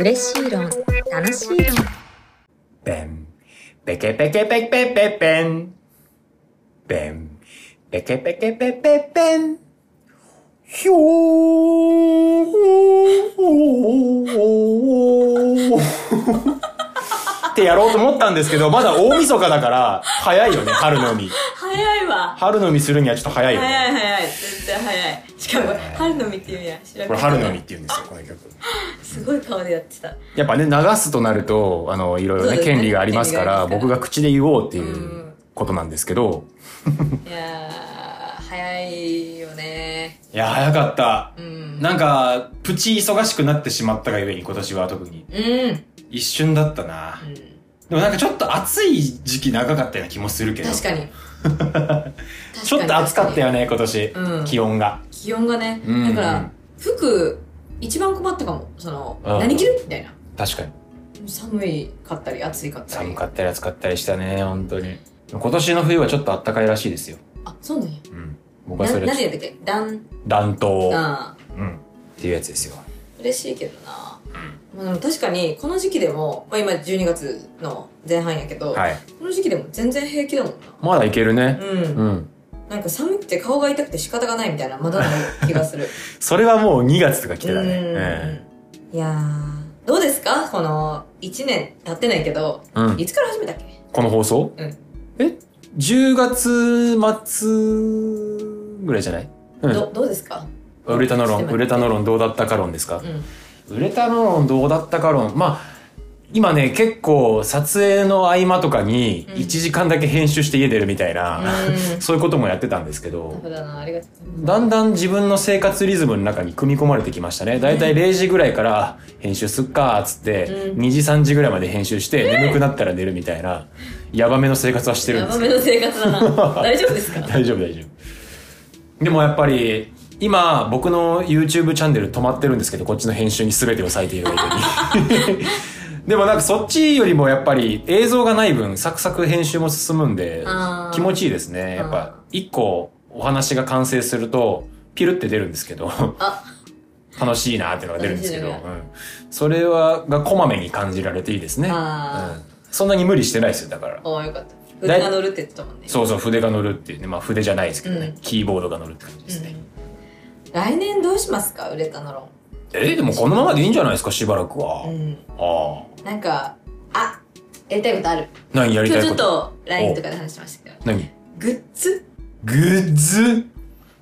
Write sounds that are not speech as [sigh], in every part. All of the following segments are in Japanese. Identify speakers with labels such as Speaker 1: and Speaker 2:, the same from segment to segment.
Speaker 1: 嬉しい論、楽しい論。
Speaker 2: ペン。ペケペケペケペペン。ペン。ペケペケペペペン。ひょー。 [laughs] ってやろうと思ったんですけど、まだ大晦日だから、早いよね、春の海。
Speaker 3: 早いわ
Speaker 2: 春の海するにはちょっと早いよね。
Speaker 3: 早い早い絶対早いしかも春の実っていうや知らな
Speaker 2: こ
Speaker 3: かっ
Speaker 2: れ春
Speaker 3: た
Speaker 2: の海って言うんですよ、この曲。
Speaker 3: すごい顔でやってた
Speaker 2: やっぱね、流すとなると、あの、いろいろ
Speaker 3: そう
Speaker 2: ね、
Speaker 3: ですね
Speaker 2: 権利がありますから、
Speaker 3: 権利がありますか
Speaker 2: 僕
Speaker 3: ら
Speaker 2: が口で言おうっていううんことなんですけど、
Speaker 3: いやー早いよね
Speaker 2: いや、早かった。
Speaker 3: うん
Speaker 2: なんか、プチ忙しくなってしまったがゆえに今年は特に。
Speaker 3: うん、うん、
Speaker 2: 一瞬だったな。でもなんかちょっと暑い時期長かったような気もするけど。
Speaker 3: 確
Speaker 2: [laughs]
Speaker 3: かに
Speaker 2: ちょっと暑かったよね、今年。
Speaker 3: うん
Speaker 2: 気温が。
Speaker 3: 気温がね、
Speaker 2: うん
Speaker 3: だから服一番困ったかもその
Speaker 2: うん
Speaker 3: 何着るみたいな
Speaker 2: 確かに。
Speaker 3: 寒いかったり暑いかったり
Speaker 2: 寒かったり暑かったりしたね、本当に。今年の冬はちょっと暖かいらしいですよ。
Speaker 3: あそうなんや
Speaker 2: うん。僕はそ
Speaker 3: な
Speaker 2: れ
Speaker 3: なん、でやったっけ暖
Speaker 2: 暖冬。
Speaker 3: あー
Speaker 2: うん。っていうやつですよ。
Speaker 3: 嬉しいけどな、まあ、でも確かにこの時期でも、まあ、今12月の前半やけど、
Speaker 2: はい。
Speaker 3: この時期でも全然平気だもんな
Speaker 2: まだいけるね。
Speaker 3: うん、
Speaker 2: うん。
Speaker 3: なんか寒くて顔が痛くて仕方がないみたいなまだな気が
Speaker 2: [laughs]
Speaker 3: する
Speaker 2: それはもう2月とか来てたね。
Speaker 3: うん
Speaker 2: え
Speaker 3: いやーどうですかこの1年経ってないけど
Speaker 2: えうん。
Speaker 3: いつから始めたっけ
Speaker 2: この放送
Speaker 3: うん
Speaker 2: え ?10 月末ぐらいじゃないうん。
Speaker 3: どどうですか
Speaker 2: ウレタノロン、
Speaker 3: してもらって
Speaker 2: ウレタノロンどうだったか論ですか
Speaker 3: う、ん
Speaker 2: ウレタノロンどうだったか論。まあ、今ね、結構撮影の合間とかに
Speaker 3: うん
Speaker 2: 1時間だけ編集して家出るみたいな、
Speaker 3: う
Speaker 2: [laughs]
Speaker 3: ん
Speaker 2: そういうこともやってたんですけど、
Speaker 3: タフだなありがとうござい
Speaker 2: だんだん自分の生活リズムの中に組み込まれてきましたね。だいたい0時ぐらいから編集すっかーっつって、
Speaker 3: うん
Speaker 2: 2時3時ぐらいまで編集して、眠くなったら寝るみたいな、やばめの生活はしてるんで
Speaker 3: ますすヤバめ
Speaker 2: け
Speaker 3: の
Speaker 2: ど。
Speaker 3: 生
Speaker 2: [laughs]
Speaker 3: 活だな大丈夫ですか
Speaker 2: 大丈夫大丈夫。でもやっぱり、今僕の YouTube チャンネル止まってるんですけど、こっちの編集に全てを割いている間
Speaker 3: [laughs]
Speaker 2: に。でもなんかそっちよりもやっぱり映像がない分サクサク編集も進むんで
Speaker 3: あー
Speaker 2: 気持ちいいですね。やっぱ一個お話が完成するとピルって出るんですけど
Speaker 3: あ
Speaker 2: 楽しいなっていうのが出るんですけど、う
Speaker 3: 楽しい
Speaker 2: ん、それはがこまめに感じられていいですね。う
Speaker 3: あー
Speaker 2: ん、そんなに無理してないですよだから。
Speaker 3: おーよかった筆が乗るって言ってたもんね
Speaker 2: そうそう筆が乗るっていうねまあ筆じゃないですけどね、
Speaker 3: うん
Speaker 2: キーボードが乗るって感じですね。
Speaker 3: うん来年どうしますかウレタノロ
Speaker 2: えーでもこのままでいいんじゃないですかしばらくは。
Speaker 3: ンうん
Speaker 2: あ
Speaker 3: なんかあやりたいことある
Speaker 2: あ何やり
Speaker 3: 今
Speaker 2: た
Speaker 3: 日
Speaker 2: い
Speaker 3: ちょ
Speaker 2: こ
Speaker 3: っ
Speaker 2: と。
Speaker 3: と LINE とかで話しましたけど
Speaker 2: 何
Speaker 3: グッズ
Speaker 2: グッズ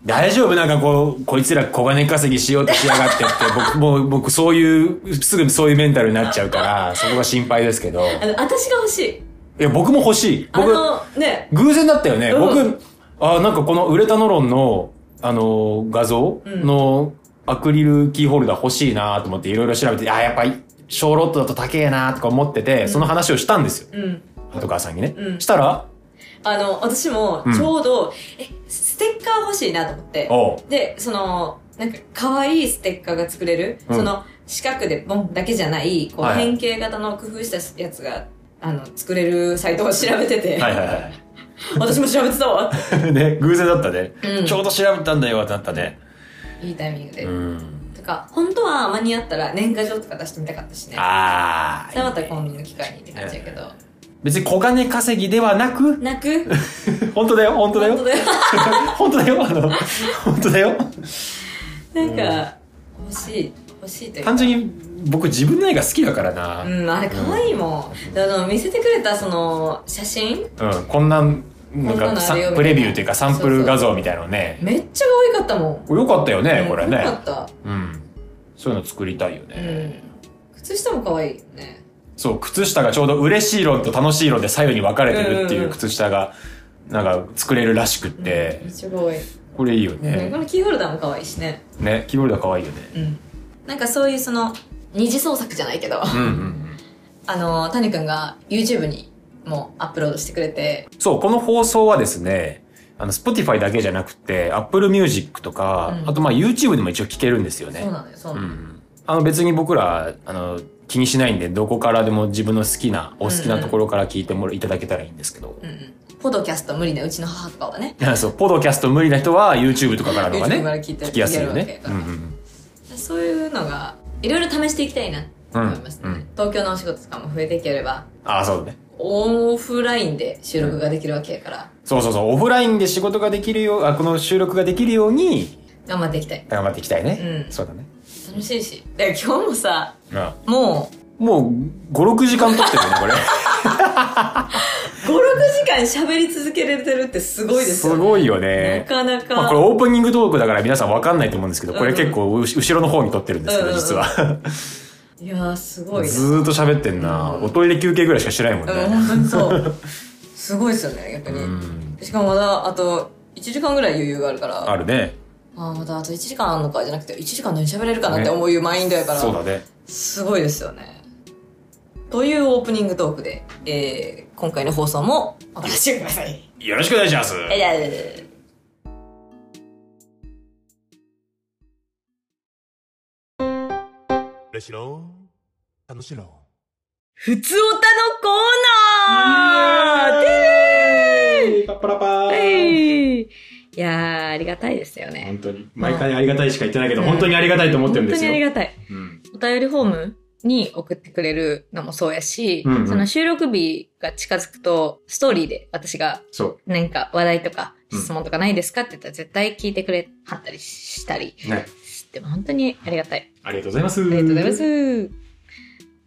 Speaker 2: 大丈夫なんかこう、こいつら小金稼ぎしようとしやがってって、僕、もう、僕、そういう、すぐそういうメンタルになっちゃうから、そこが心配ですけど。
Speaker 3: あの私が欲しい
Speaker 2: いや、僕も欲しい。
Speaker 3: あ
Speaker 2: 僕、
Speaker 3: のね
Speaker 2: 偶然だったよね。
Speaker 3: うん
Speaker 2: 僕、あ、なんかこのウレタノロンの、あのー画像
Speaker 3: うん
Speaker 2: のアクリルキーホルダー欲しいなと思っていろいろ調べて、あ、やっぱり、小ロットだと高えなとか思ってて、その話をしたんですよ。
Speaker 3: うん
Speaker 2: 鳩川さんにね。
Speaker 3: うん
Speaker 2: したら、
Speaker 3: あの私も
Speaker 2: うん
Speaker 3: ちょうど、えステッカー欲しいなと思って
Speaker 2: おう
Speaker 3: でそのなんか可愛いステッカーが作れる、
Speaker 2: うん
Speaker 3: その四角でボンだけじゃないこう
Speaker 2: はいはい
Speaker 3: 変形型の工夫したやつがあの作れるサイトを調べてて、
Speaker 2: はいはいはい。
Speaker 3: [laughs] 私も調べて
Speaker 2: [laughs]
Speaker 3: たわって
Speaker 2: ね、偶然だったね、
Speaker 3: うん
Speaker 2: ちょうど調べたんだよってなったね。
Speaker 3: いいタイミングで、
Speaker 2: うん。
Speaker 3: とか本当は間に合ったら年賀状とか出してみたかったしね
Speaker 2: ああ。
Speaker 3: それはまた今度の機会にって感じやけど
Speaker 2: 別に小金稼ぎではなく、
Speaker 3: 泣く
Speaker 2: 本当だよ、本当だ
Speaker 3: 本当
Speaker 2: よ。
Speaker 3: だよ
Speaker 2: [laughs] 本当だよ、あの、本当だよ。
Speaker 3: なんか欲しい欲しいというか
Speaker 2: 単純に僕自分の絵が好きだからな。うん。
Speaker 3: うん、あれ可愛いもん。であの、見せてくれたその、写真
Speaker 2: こんなん、なん
Speaker 3: こんな
Speaker 2: か
Speaker 3: のあ
Speaker 2: さ
Speaker 3: るよみたいな
Speaker 2: プレビューというかサンプル画像みたいなのね。
Speaker 3: めっちゃ可愛かったもん。
Speaker 2: よかったよね、これ
Speaker 3: よか
Speaker 2: ね
Speaker 3: っ。た。
Speaker 2: うん。そういうの作りたいよ
Speaker 3: う
Speaker 2: ね。
Speaker 3: ん。靴下も可愛いよね。
Speaker 2: そう、靴下がちょうど嬉しい論と楽しい論で左右に分かれてるって
Speaker 3: うん
Speaker 2: い
Speaker 3: うん
Speaker 2: う靴下が、なんか作れるらしくって
Speaker 3: めっ、ちゃ可愛い。
Speaker 2: これいいよ
Speaker 3: うん
Speaker 2: ね
Speaker 3: こ。のキーホルダーも可愛いしね。
Speaker 2: ね、キーホルダー可愛いよね。
Speaker 3: うん。なんかそういうその、二次創作じゃないけど、 [laughs]
Speaker 2: うんうんうん。
Speaker 3: あの、谷くんが YouTube にもアップロードしてくれて、
Speaker 2: そう、この放送はですね、あの、Spotify だけじゃなくて、Apple Music とか、
Speaker 3: うん
Speaker 2: あとまあ YouTube でも一応聞けるんですよ
Speaker 3: そう
Speaker 2: ね。
Speaker 3: なのよ、そう
Speaker 2: う
Speaker 3: なのよ。
Speaker 2: ん。あの別に僕ら、あの、気にしないんで、どこからでも自分の好きな、お好きなところから聞いてもらいただけたらいいんですけど。
Speaker 3: うんうん。ポドキャスト無理なうちの母とかはね、
Speaker 2: そう、ポドキャスト無理な人は YouTube とかからのが
Speaker 3: YouTube
Speaker 2: ね、
Speaker 3: から聞いて
Speaker 2: きやすいよ
Speaker 3: 聞ける
Speaker 2: ね
Speaker 3: わけや。か
Speaker 2: う
Speaker 3: ら
Speaker 2: んうん。
Speaker 3: そういうのが、いろいろ試していきたいなっと思います、
Speaker 2: うんうん
Speaker 3: 東京のお仕事とかも増えていければ
Speaker 2: ああそうだね
Speaker 3: オフラインで収録ができるわけやから
Speaker 2: そうそうそうオフラインで仕事ができるようあこの収録ができるように
Speaker 3: 頑張っていきたい
Speaker 2: 頑張っていきたいね、
Speaker 3: うん
Speaker 2: そうだね
Speaker 3: 楽しいしで今日もさ
Speaker 2: まあ
Speaker 3: も
Speaker 2: もう56時間撮ってるよねこ
Speaker 3: [laughs]
Speaker 2: れ
Speaker 3: う56時間喋り続けれてるってすごいですよ、ね、
Speaker 2: ごいよね
Speaker 3: なかなか、
Speaker 2: まあ、これオープニングトークだから皆さんわかんないと思うんですけどこれ結構うし後ろの方に撮ってるんですけ
Speaker 3: うん
Speaker 2: ど
Speaker 3: うんうん
Speaker 2: 実は
Speaker 3: いやーすごいな
Speaker 2: ずーっと喋ってんなおトイレ休憩ぐらいしかしてないもん
Speaker 3: うん
Speaker 2: ね
Speaker 3: 本当にそうすごいですよね逆に、
Speaker 2: うん
Speaker 3: しかもまだあと1時間ぐらい余裕があるから
Speaker 2: あるね
Speaker 3: ああまだあと1時間あるのかじゃなくて1時間何喋れるかなって思うマインドやから、
Speaker 2: そうだね
Speaker 3: すごいですよねというオープニングトークで、えー、今回の放送もお楽しみください
Speaker 2: よろしくお願いします
Speaker 3: えいやいやいやいや
Speaker 4: 嬉しいの楽しいの
Speaker 3: ふつおたのコーナーて
Speaker 2: パッパラパ
Speaker 3: ーはいいやーありがたいですよね
Speaker 2: 本当に毎回ありがたいしか言ってないけど本当にありがたいと思ってるん
Speaker 3: 本
Speaker 2: で
Speaker 3: 当
Speaker 2: す
Speaker 3: に
Speaker 2: よ
Speaker 3: ありがたい
Speaker 2: うん
Speaker 3: お便りフォームに送ってくれるのもそうやし、
Speaker 2: うんうん
Speaker 3: その収録日が近づくと、ストーリーで私が
Speaker 2: そ
Speaker 3: 何か話題とか
Speaker 2: うん
Speaker 3: 質問とかないですかって言ったら絶対聞いてくれはったりしたり
Speaker 2: うね
Speaker 3: して、本当にありがたい。
Speaker 2: ありがとうございますあ
Speaker 3: ありがとうございます。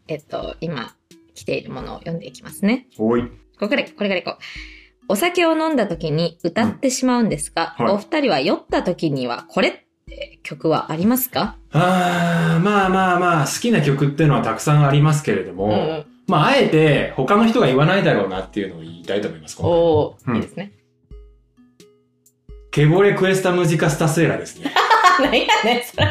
Speaker 3: えっと、今来ているものを読んでいきますね。
Speaker 2: おい
Speaker 3: これから、これからいこう。お酒を飲んだ時に歌ってしまうんですが、
Speaker 2: うんはい
Speaker 3: お二人は酔った時にはこれって曲はありますか
Speaker 2: あーまあまあまあ好きな曲っていうのはたくさんありますけれども、
Speaker 3: うんうん
Speaker 2: まああえて他の人が言わないだろうなっていうのを言いたいと思いますこの
Speaker 3: おー、
Speaker 2: うん
Speaker 3: いいですね。
Speaker 2: ケボレクエスタムジカスタセーラですね
Speaker 3: 何やねん、それ。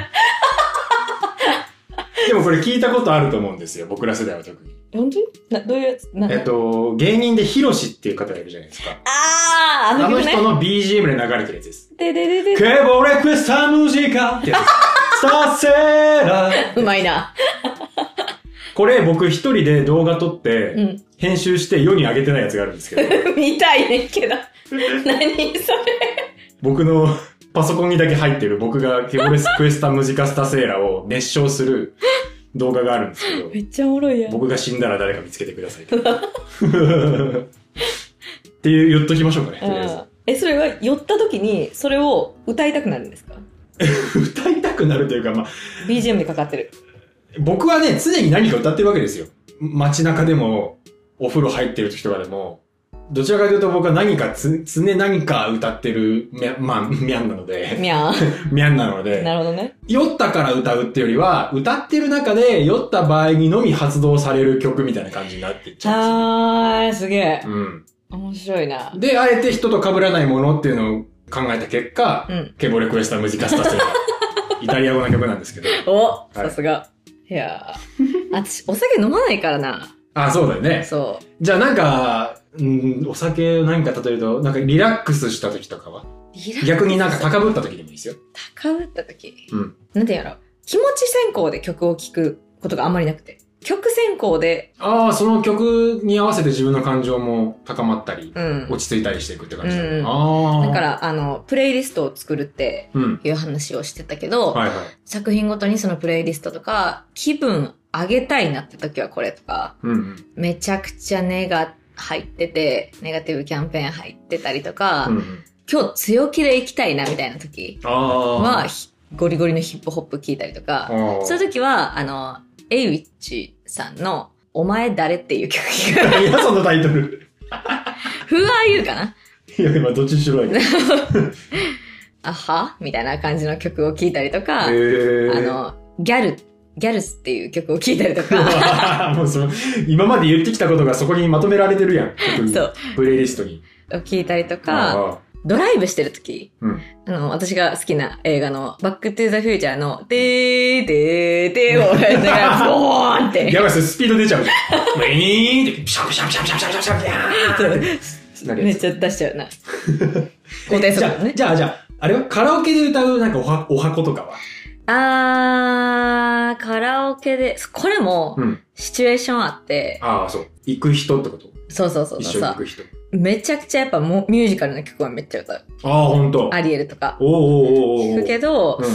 Speaker 2: でもこれ聞いたことあると思うんですよ僕ら世代は特に
Speaker 3: 本当になどういうやつな [laughs]
Speaker 2: えっと芸人でヒロシっていう方がいるじゃないですか
Speaker 3: あああ
Speaker 2: あ
Speaker 3: の
Speaker 2: の
Speaker 3: 曲ね
Speaker 2: 人の BGM で流れてるやつです
Speaker 3: でででで
Speaker 2: ケボレクエスタムジカってやつ。させら。
Speaker 3: [laughs] うまいな
Speaker 2: これ僕一人で動画撮っ
Speaker 3: う
Speaker 2: て、
Speaker 3: ん
Speaker 2: 編集して世に上げてないやつがあるんですけ
Speaker 3: [laughs]
Speaker 2: ど、
Speaker 3: 見たいね
Speaker 2: [laughs]
Speaker 3: んけど何それ
Speaker 2: 僕の [laughs] パソコンにだけ入ってる僕がケボレクエスタムジカスタセーラを熱唱する動画があるんですけど
Speaker 3: め、っちゃおもろいやん
Speaker 2: 僕が死んだら誰か見つけてくだ
Speaker 3: [laughs]
Speaker 2: さいと。っていう言っときましょうかね、とりあえ
Speaker 3: うんえそれは寄った時にそれを歌いたくなるんですか
Speaker 2: ず。 [laughs] 歌いたくなるというか、まあ、
Speaker 3: BGM でかかってる
Speaker 2: 僕はね、常に何か歌ってるわけですよ。街中でも、お風呂入ってる時とかでも、どちらかというと僕は何かつ、常何か歌ってるミャ、まあ、ミャンなので、
Speaker 3: み
Speaker 2: [laughs]
Speaker 3: ゃー
Speaker 2: ミャンなので、
Speaker 3: なるほどね
Speaker 2: 酔ったから歌うっていうよりは、歌ってる中で酔った場合にのみ発動される曲みたいな感じになっていっちゃ
Speaker 3: あーすげえ
Speaker 2: うんですよ。
Speaker 3: 面白いな
Speaker 2: うん。で、あえて人と被らないものっていうのを考えた結果、
Speaker 3: うん
Speaker 2: ケボレクエスタムジカスタスが [laughs] イタリア語の曲なんですけど。
Speaker 3: お
Speaker 2: い
Speaker 3: さすがいやーあ私お酒飲まないからな
Speaker 2: あ、そうだよね。
Speaker 3: そ
Speaker 2: じゃあなんか、うん、お酒を何か例えると、なんかリラックスした時とかは [laughs]
Speaker 3: うリラックス
Speaker 2: 逆になんか高ぶった時でもいいですよ。
Speaker 3: 高ぶった時、
Speaker 2: うん
Speaker 3: なんていうんやろ気持ち先行で曲を聴くことがあんまりなくて曲先行で、
Speaker 2: ああ、その曲に合わせて自分の感情も高まったり、
Speaker 3: うん、
Speaker 2: 落ち着いたりしていくって感じだ、ね
Speaker 3: うん
Speaker 2: ああ。
Speaker 3: だか。らあのプレイリストを作るって
Speaker 2: うん。
Speaker 3: いう話をしてたけど、
Speaker 2: はいはい。
Speaker 3: 作品ごとにそのプレイリストとか気分上げたいなって時はこれとか
Speaker 2: うんうん。
Speaker 3: めちゃくちゃネガ入っててネガティブキャンペーン入ってたりとか、
Speaker 2: うんうん、
Speaker 3: 今日強気で行きたいなみたいな時
Speaker 2: ああ。
Speaker 3: は、ひゴリゴリのヒップホップ聞いたりとか、
Speaker 2: あ
Speaker 3: そういう時は、あの、エイウィッチさんの、お前誰っていう曲が、 [laughs]
Speaker 2: いや、そのタイトル。
Speaker 3: Who are you かない
Speaker 2: や、今どっちにしろやけど。へ
Speaker 3: あはみたいな感じの曲を聴いたりとか、あ
Speaker 2: え。
Speaker 3: の、ギャル、ギャルスっていう曲を聴いたりとか、
Speaker 2: [laughs] もうその、今まで言ってきたことがそこにまとめられてるやん。特に
Speaker 3: [laughs] そう、
Speaker 2: プレイリストに。
Speaker 3: 聴いたりとか、
Speaker 2: ああ。
Speaker 3: ドライブしてる時、
Speaker 2: うん
Speaker 3: あの、私が好きな映画の、バックトゥーザフューチャーの、でーでーでーをやりながら、ボーンって。
Speaker 2: やばいっす、スピード出ちゃうじゃん。ウィーンって、ピシャピシャピシャピシャピシャピシャピシャ
Speaker 3: めっちゃ出しちゃうな。固定
Speaker 2: じ
Speaker 3: 速
Speaker 2: ゃ
Speaker 3: 度
Speaker 2: あ、
Speaker 3: ね。
Speaker 2: じゃあ、じゃあ、あれはカラオケで歌うなんかおは、おはことかは。
Speaker 3: あー、カラオケで、これも、
Speaker 2: うん。
Speaker 3: シチュエーションあって、
Speaker 2: ああ、そう。行く人ってこと
Speaker 3: そうそうそう
Speaker 2: 一
Speaker 3: そ
Speaker 2: 緒に
Speaker 3: うそ
Speaker 2: 行
Speaker 3: う。
Speaker 2: く人。
Speaker 3: めちゃくちゃやっぱもミュージカルの曲はめっちゃ歌う。
Speaker 2: ああ、ほんと。
Speaker 3: アリエルとか。
Speaker 2: おーおーおーおー
Speaker 3: 聞くけど、
Speaker 2: うん。
Speaker 3: う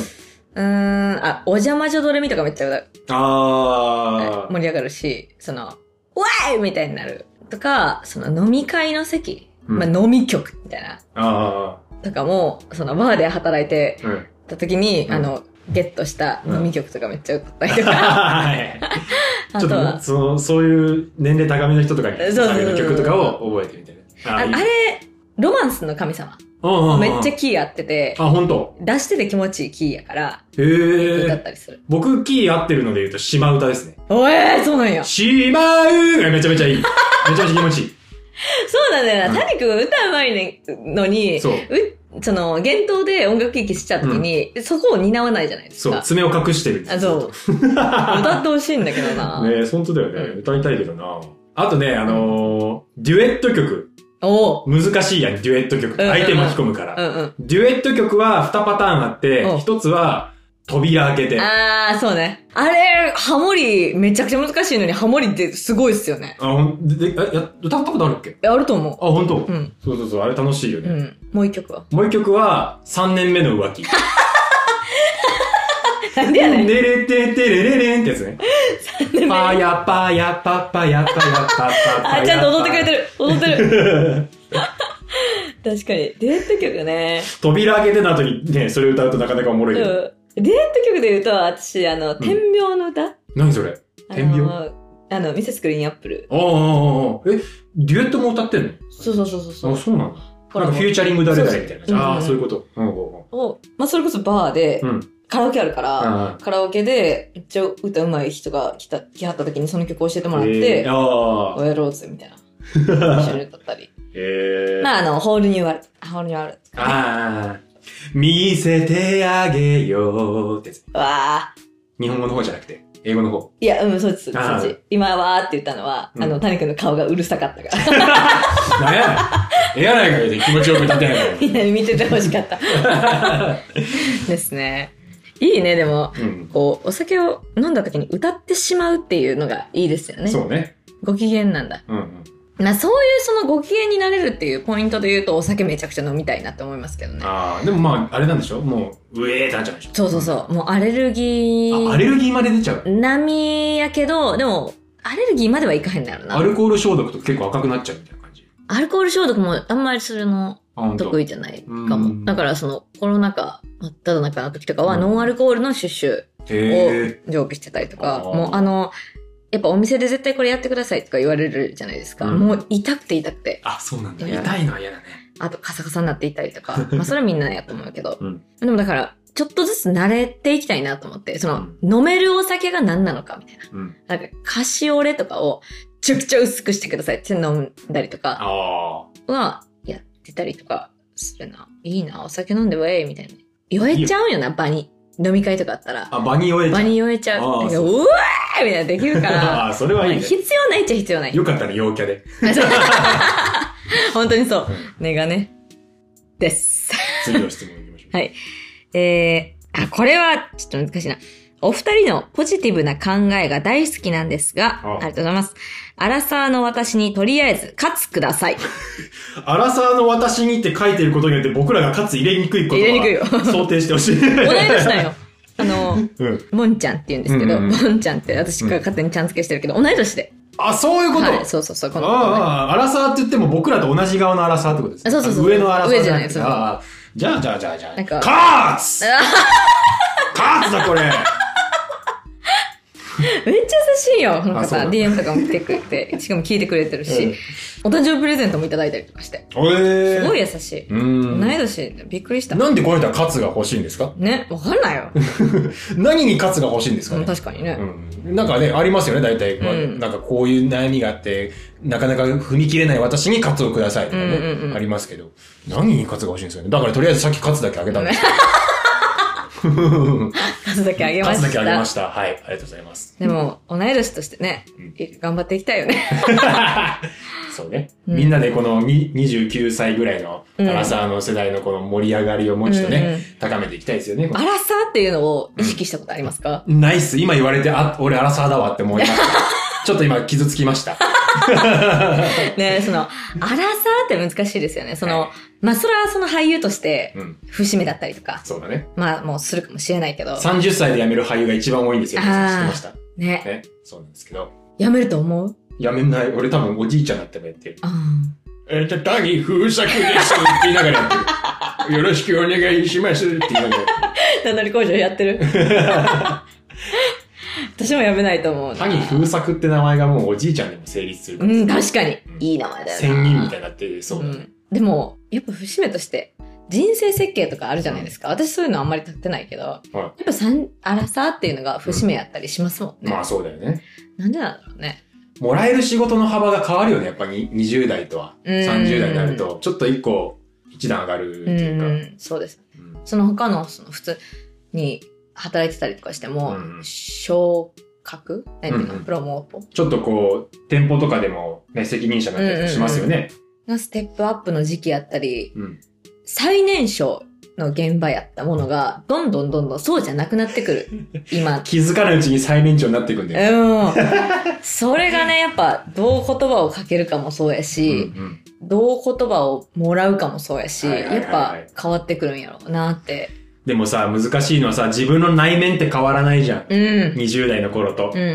Speaker 3: ーん、あ、お邪魔女どれみとかめっちゃ歌う
Speaker 2: あー
Speaker 3: 盛り上がるし、その、うわーいみたいになる。とか、その飲み会の席、
Speaker 2: うん
Speaker 3: まあ飲み局みたいな。
Speaker 2: あ
Speaker 3: とかも、そのバーで働いて
Speaker 2: ーうん
Speaker 3: た時に、
Speaker 2: うん
Speaker 3: あの、ゲットした飲み局とかめっちゃ歌ったり
Speaker 2: [laughs]
Speaker 3: とか、
Speaker 2: はい
Speaker 3: あ
Speaker 2: ちょっ
Speaker 3: と
Speaker 2: と
Speaker 3: は、
Speaker 2: そのそういう年齢高めの人とかに
Speaker 3: そうそうそう
Speaker 2: 高めの曲とかを覚えてみたいな
Speaker 3: ああ
Speaker 2: いい
Speaker 3: れ、ロマンスの神様。
Speaker 2: うんうんうん
Speaker 3: めっちゃキー合ってて、
Speaker 2: あ本当
Speaker 3: 出してて気持ちいいキーやから、
Speaker 2: へ
Speaker 3: 歌っ
Speaker 2: え
Speaker 3: たりする。
Speaker 2: 僕キー合ってるので言うと島歌ですね
Speaker 3: おえー、そうなんや。そ
Speaker 2: 島うがめちゃめちゃいいめちゃめちゃ気持ちいいう
Speaker 3: なんだよ
Speaker 2: うん
Speaker 3: な。谷君歌うまいねのに、
Speaker 2: そう
Speaker 3: うその、幻灯で音楽劇しちゃった時に、そこを担わないじゃないです
Speaker 2: そう
Speaker 3: か。
Speaker 2: 爪を隠してるんです [laughs]
Speaker 3: あ、そう。歌ってほしいんだけどな。
Speaker 2: ねえ本当だよね、
Speaker 3: うん
Speaker 2: 歌いたいけどなあとねあのーデュエット曲
Speaker 3: おう
Speaker 2: 難しいやんデュエット曲
Speaker 3: んうんうん
Speaker 2: 相手巻き込むから、
Speaker 3: うんうん。
Speaker 2: デュエット曲は2パターンあって
Speaker 3: うん
Speaker 2: 1つは扉開けてあ
Speaker 3: あー、そうね。あれ、ハモリ、めちゃくちゃ難しいのに、ハモリってすごいっすよね。
Speaker 2: ほんででえや歌ったことあるっけ
Speaker 3: あると思
Speaker 2: あ、本当、
Speaker 3: う。うん。
Speaker 2: そうそうそう、あれ楽しいよ
Speaker 3: う
Speaker 2: ね。
Speaker 3: ん。もう一曲は。
Speaker 2: もう一曲は、3年目の浮気。
Speaker 3: なんでや [laughs] ねん。
Speaker 2: レレテテレレレンってやつね。パヤパヤパパヤパヤパパパヤ。
Speaker 3: あ、ちゃんと踊ってくれて
Speaker 2: る。
Speaker 3: る。踊ってる。
Speaker 2: [laughs]
Speaker 3: 確かに。デュエット曲ね。
Speaker 2: 扉開けてた後にね、それ歌うとなかなかおもろ
Speaker 3: う
Speaker 2: い
Speaker 3: ん。
Speaker 2: け
Speaker 3: デ
Speaker 2: ど。
Speaker 3: ュエット曲で言うと、私、あの、天秤の歌、
Speaker 2: 何それ
Speaker 3: あ
Speaker 2: 天秤
Speaker 3: の、あの、ミセスクリーンアップル。
Speaker 2: おーおーおーおーえ、デュエットも歌ってんの
Speaker 3: そうそうそうそうそう。
Speaker 2: あ、そうなんだ。
Speaker 3: コ
Speaker 2: なんか
Speaker 3: ラボ
Speaker 2: フューチャリング誰々みたい
Speaker 3: そうそう
Speaker 2: な。あ
Speaker 3: う
Speaker 2: あ、
Speaker 3: ん
Speaker 2: そういうこと。うんうんうん
Speaker 3: を、まあ、それこそバーで、
Speaker 2: うん
Speaker 3: カラオケあるから、
Speaker 2: あ
Speaker 3: カラオケで、めっちゃ歌うまい人が来た、来はった時にその曲を教えてもらっ
Speaker 2: え
Speaker 3: て
Speaker 2: ー、あ
Speaker 3: おやろうぜ、みたいな。一緒
Speaker 2: ー。
Speaker 3: に
Speaker 2: [laughs]
Speaker 3: 歌ったり。
Speaker 2: えー
Speaker 3: まあ、あの、ホールニューアル、ホールニューアル。
Speaker 2: ああ。見せてあげようってやつ。
Speaker 3: わあ。
Speaker 2: 日本語の方じゃなくて、英語の方。
Speaker 3: いや、うん、そうです、そ
Speaker 2: あー
Speaker 3: うです。今はーって言ったのは、
Speaker 2: うん
Speaker 3: あの、谷君の顔がうるさかっ
Speaker 2: [laughs]
Speaker 3: たから。
Speaker 2: [laughs] なんやええやないかよって気持ちよく立てへんの
Speaker 3: みんなに見ててほしかった。ですね。いいね、でも。
Speaker 2: [laughs] うん。
Speaker 3: こう、お酒を飲んだ時に歌ってしまうっていうのがいいですよね。
Speaker 2: そうね。
Speaker 3: ご機嫌なんだ。
Speaker 2: うんうん。
Speaker 3: まあそういうそのご機嫌になれるっていうポイントで言うとお酒めちゃくちゃ飲みたいなって思いますけどね。
Speaker 2: ああ、でもまあ、あれなんでしょもう、うえーってなっちゃうんでしょ
Speaker 3: そうそうそう。もうアレルギ
Speaker 2: あ、ア
Speaker 3: ー
Speaker 2: レルギーまで出ちゃう。
Speaker 3: 並みやけど、でもアレルギーまではいかへんだろう
Speaker 2: ア
Speaker 3: な。
Speaker 2: ルコール消毒と結構赤くなっちゃうみたいな感じ。
Speaker 3: アルコール消毒もあんまりするの
Speaker 2: あ、ほんと。
Speaker 3: 得意じゃないか
Speaker 2: う
Speaker 3: も。
Speaker 2: ん
Speaker 3: だからそのコロナ禍真っ只中の時とかは
Speaker 2: うん
Speaker 3: ノンアルコールのシュッシュ
Speaker 2: へえ。
Speaker 3: を常備してたりとか、
Speaker 2: あー
Speaker 3: もうあの、やっぱお店で絶対これやってくださいとか言われるじゃないですか。
Speaker 2: うん
Speaker 3: もう痛くて痛くて。
Speaker 2: あ、そうなんだ。
Speaker 3: いや
Speaker 2: 痛いのは嫌だね。
Speaker 3: あとカサカサになっていたり
Speaker 2: [laughs]
Speaker 3: とか、まあそれはみんなやと思うけど、
Speaker 2: うん
Speaker 3: でもだから、ちょっとずつ慣れていきたいなと思って、その、飲めるお酒が何なのかみたい
Speaker 2: うん。
Speaker 3: な。なんか、カシオレとかを、ちょくちゃ薄くしてくださいって飲んだりとか
Speaker 2: あ
Speaker 3: は、やってたりとかするな。いいな、お酒飲んでわえ、みたいな。酔えちゃうんよな、場に。飲み会とかあったら
Speaker 2: あ。。あ、場に酔えちゃ
Speaker 3: 場
Speaker 2: う。
Speaker 3: に酔えちゃ
Speaker 2: あ
Speaker 3: う。
Speaker 2: ー
Speaker 3: なんか、
Speaker 2: そうう
Speaker 3: わーみたいなできるから。
Speaker 2: ああ、それ [laughs] はいいね。
Speaker 3: 必要ないっちゃ必要ない。
Speaker 2: よかったら陽キャで。
Speaker 3: 本当にそう。
Speaker 2: うん
Speaker 3: メガネ。です。
Speaker 2: 次の質問いきましょう。
Speaker 3: はいえー、あ、これはちょっと難しいな。お二人のポジティブな考えが大好きなんですが、
Speaker 2: あ
Speaker 3: ありがとうございます。アラサーの私にとりあえず、勝つください。
Speaker 2: アラサーの私にって書いてることによって僕らがかつ入れにくいことは
Speaker 3: 入れにくいよ
Speaker 2: 想定してほしい。
Speaker 3: 同い年なんよ。あの、
Speaker 2: うん。
Speaker 3: もんちゃんって言うんですけど、
Speaker 2: うんうん
Speaker 3: もんちゃんって私が勝手にちゃん付けしてるけど、同い年で。
Speaker 2: あ、そういうこと、
Speaker 3: はい、そうそうそう、この
Speaker 2: ああああ、アラサーって言っても僕らと同じ側のアラサーってことですね。
Speaker 3: あそうそうそう
Speaker 2: 上のアラサー
Speaker 3: 上じゃない
Speaker 2: ああじゃあじゃあじゃあじゃあ。
Speaker 3: なんか
Speaker 2: カー
Speaker 3: [laughs]
Speaker 2: ツカーツだこれ
Speaker 3: めっちゃ優しいよ、この
Speaker 2: あそう
Speaker 3: 方。
Speaker 2: だ
Speaker 3: DM とかも来てくれて、しかも聞いてくれてるし、お誕生日プレゼントもいただいたりとかして。
Speaker 2: おえ
Speaker 3: す
Speaker 2: ー、
Speaker 3: ごい
Speaker 2: や
Speaker 3: 優しい。
Speaker 2: う
Speaker 3: 同
Speaker 2: ん。
Speaker 3: い年でびっくりした。
Speaker 2: なんでこういう人はカツが欲しいんですか [laughs]
Speaker 3: ね、わかんないよ。
Speaker 2: 何にカツが欲しいんですか
Speaker 3: うん
Speaker 2: ね
Speaker 3: 確かにね。
Speaker 2: うんなんかね、ありますよね、大体。まあ
Speaker 3: うん
Speaker 2: なんかこういう悩みがあって、なかなか踏み切れない私にカツをくださいとかね、
Speaker 3: うんうんうん
Speaker 2: ありますけど、何にカツが欲しいんですかね。だからとりあえずさっきカツだけあげた
Speaker 3: [laughs]
Speaker 2: んです
Speaker 3: 数だけあげま
Speaker 2: カ
Speaker 3: し
Speaker 2: ツ
Speaker 3: た。
Speaker 2: だけあげました。はい、ありがとうございます。
Speaker 3: でも、同い年としてね、頑張っていきたいよね。
Speaker 2: そうね。
Speaker 3: うん
Speaker 2: みんなでこのに29歳ぐらいの、ア
Speaker 3: うん
Speaker 2: ラサーの世代のこの盛り上がりをもうちょっとね、
Speaker 3: うんうん
Speaker 2: 高めていきたいですよね。
Speaker 3: アラサーっていうのを意識したことありますか、 [laughs]
Speaker 2: ナイス今言われて、あ、俺アラサーだわって思いました。ちょっと今傷つきました。
Speaker 3: ね、その、アラサーって難しいですよね。その、まあ、それはその俳優として、
Speaker 2: うん。
Speaker 3: 節目だったりとか、
Speaker 2: そうだね。
Speaker 3: まあ、もうするかもしれないけど、
Speaker 2: 30歳で辞める俳優が一番多いんですよ。知って
Speaker 3: あー
Speaker 2: ました。
Speaker 3: ね、
Speaker 2: ね。そうなんですけど。
Speaker 3: やめると思う
Speaker 2: 辞めない。俺多分おじいちゃんになってもやってる。
Speaker 3: うん。
Speaker 2: えー、たたぎ風作ですって言いながらやって [laughs] る。よろしくお願いしますって言いながらやってる。 [laughs]
Speaker 3: 段取り工場やってる。私もやめないと思うな。
Speaker 2: 谷風作って名前がもうおじいちゃんでも成立するから
Speaker 3: うん、確かに。いい名前だよな。
Speaker 2: 仙人みたいになってそうだね、
Speaker 3: ん、でもやっぱ節目として人生設計とかあるじゃないですか、私そういうのあんまり立ってないけど、やっぱ三アラサーっていうのが節目やったりしますもんね、
Speaker 2: まあそうだよね
Speaker 3: なんでなんだろうね
Speaker 2: もらえる仕事の幅が変わるよねやっぱり20代とは
Speaker 3: うん
Speaker 2: 30代になるとちょっと一個一段上がるって
Speaker 3: うん
Speaker 2: いうか、
Speaker 3: そうです
Speaker 2: うん
Speaker 3: その他のその普通に働いてたりとかしても、
Speaker 2: うん
Speaker 3: 昇格何ていうの、
Speaker 2: うんうん
Speaker 3: プロモート
Speaker 2: ちょっとこう店舗とかでも、ね、責任者になったりとかしますよね、
Speaker 3: がステップアップの時期やったり
Speaker 2: うん
Speaker 3: 最年少の現場やったものがどんどんどんどんそうじゃなくなってくる
Speaker 2: [laughs]
Speaker 3: 今
Speaker 2: 気づかないうちに最年長になっていくんだよ、
Speaker 3: うん。それがね、やっぱ、どう言葉をかけるかもそうやし、
Speaker 2: うんうん
Speaker 3: どう言葉をもらうかもそうやし、
Speaker 2: はいはいはい
Speaker 3: やっ
Speaker 2: は
Speaker 3: ぱ
Speaker 2: い
Speaker 3: 変わってくるんやろうなって。
Speaker 2: でもさ難しいのはさ自分の内面って変わらないじゃん、
Speaker 3: うん。うん
Speaker 2: 20代の頃と、
Speaker 3: うん。
Speaker 2: う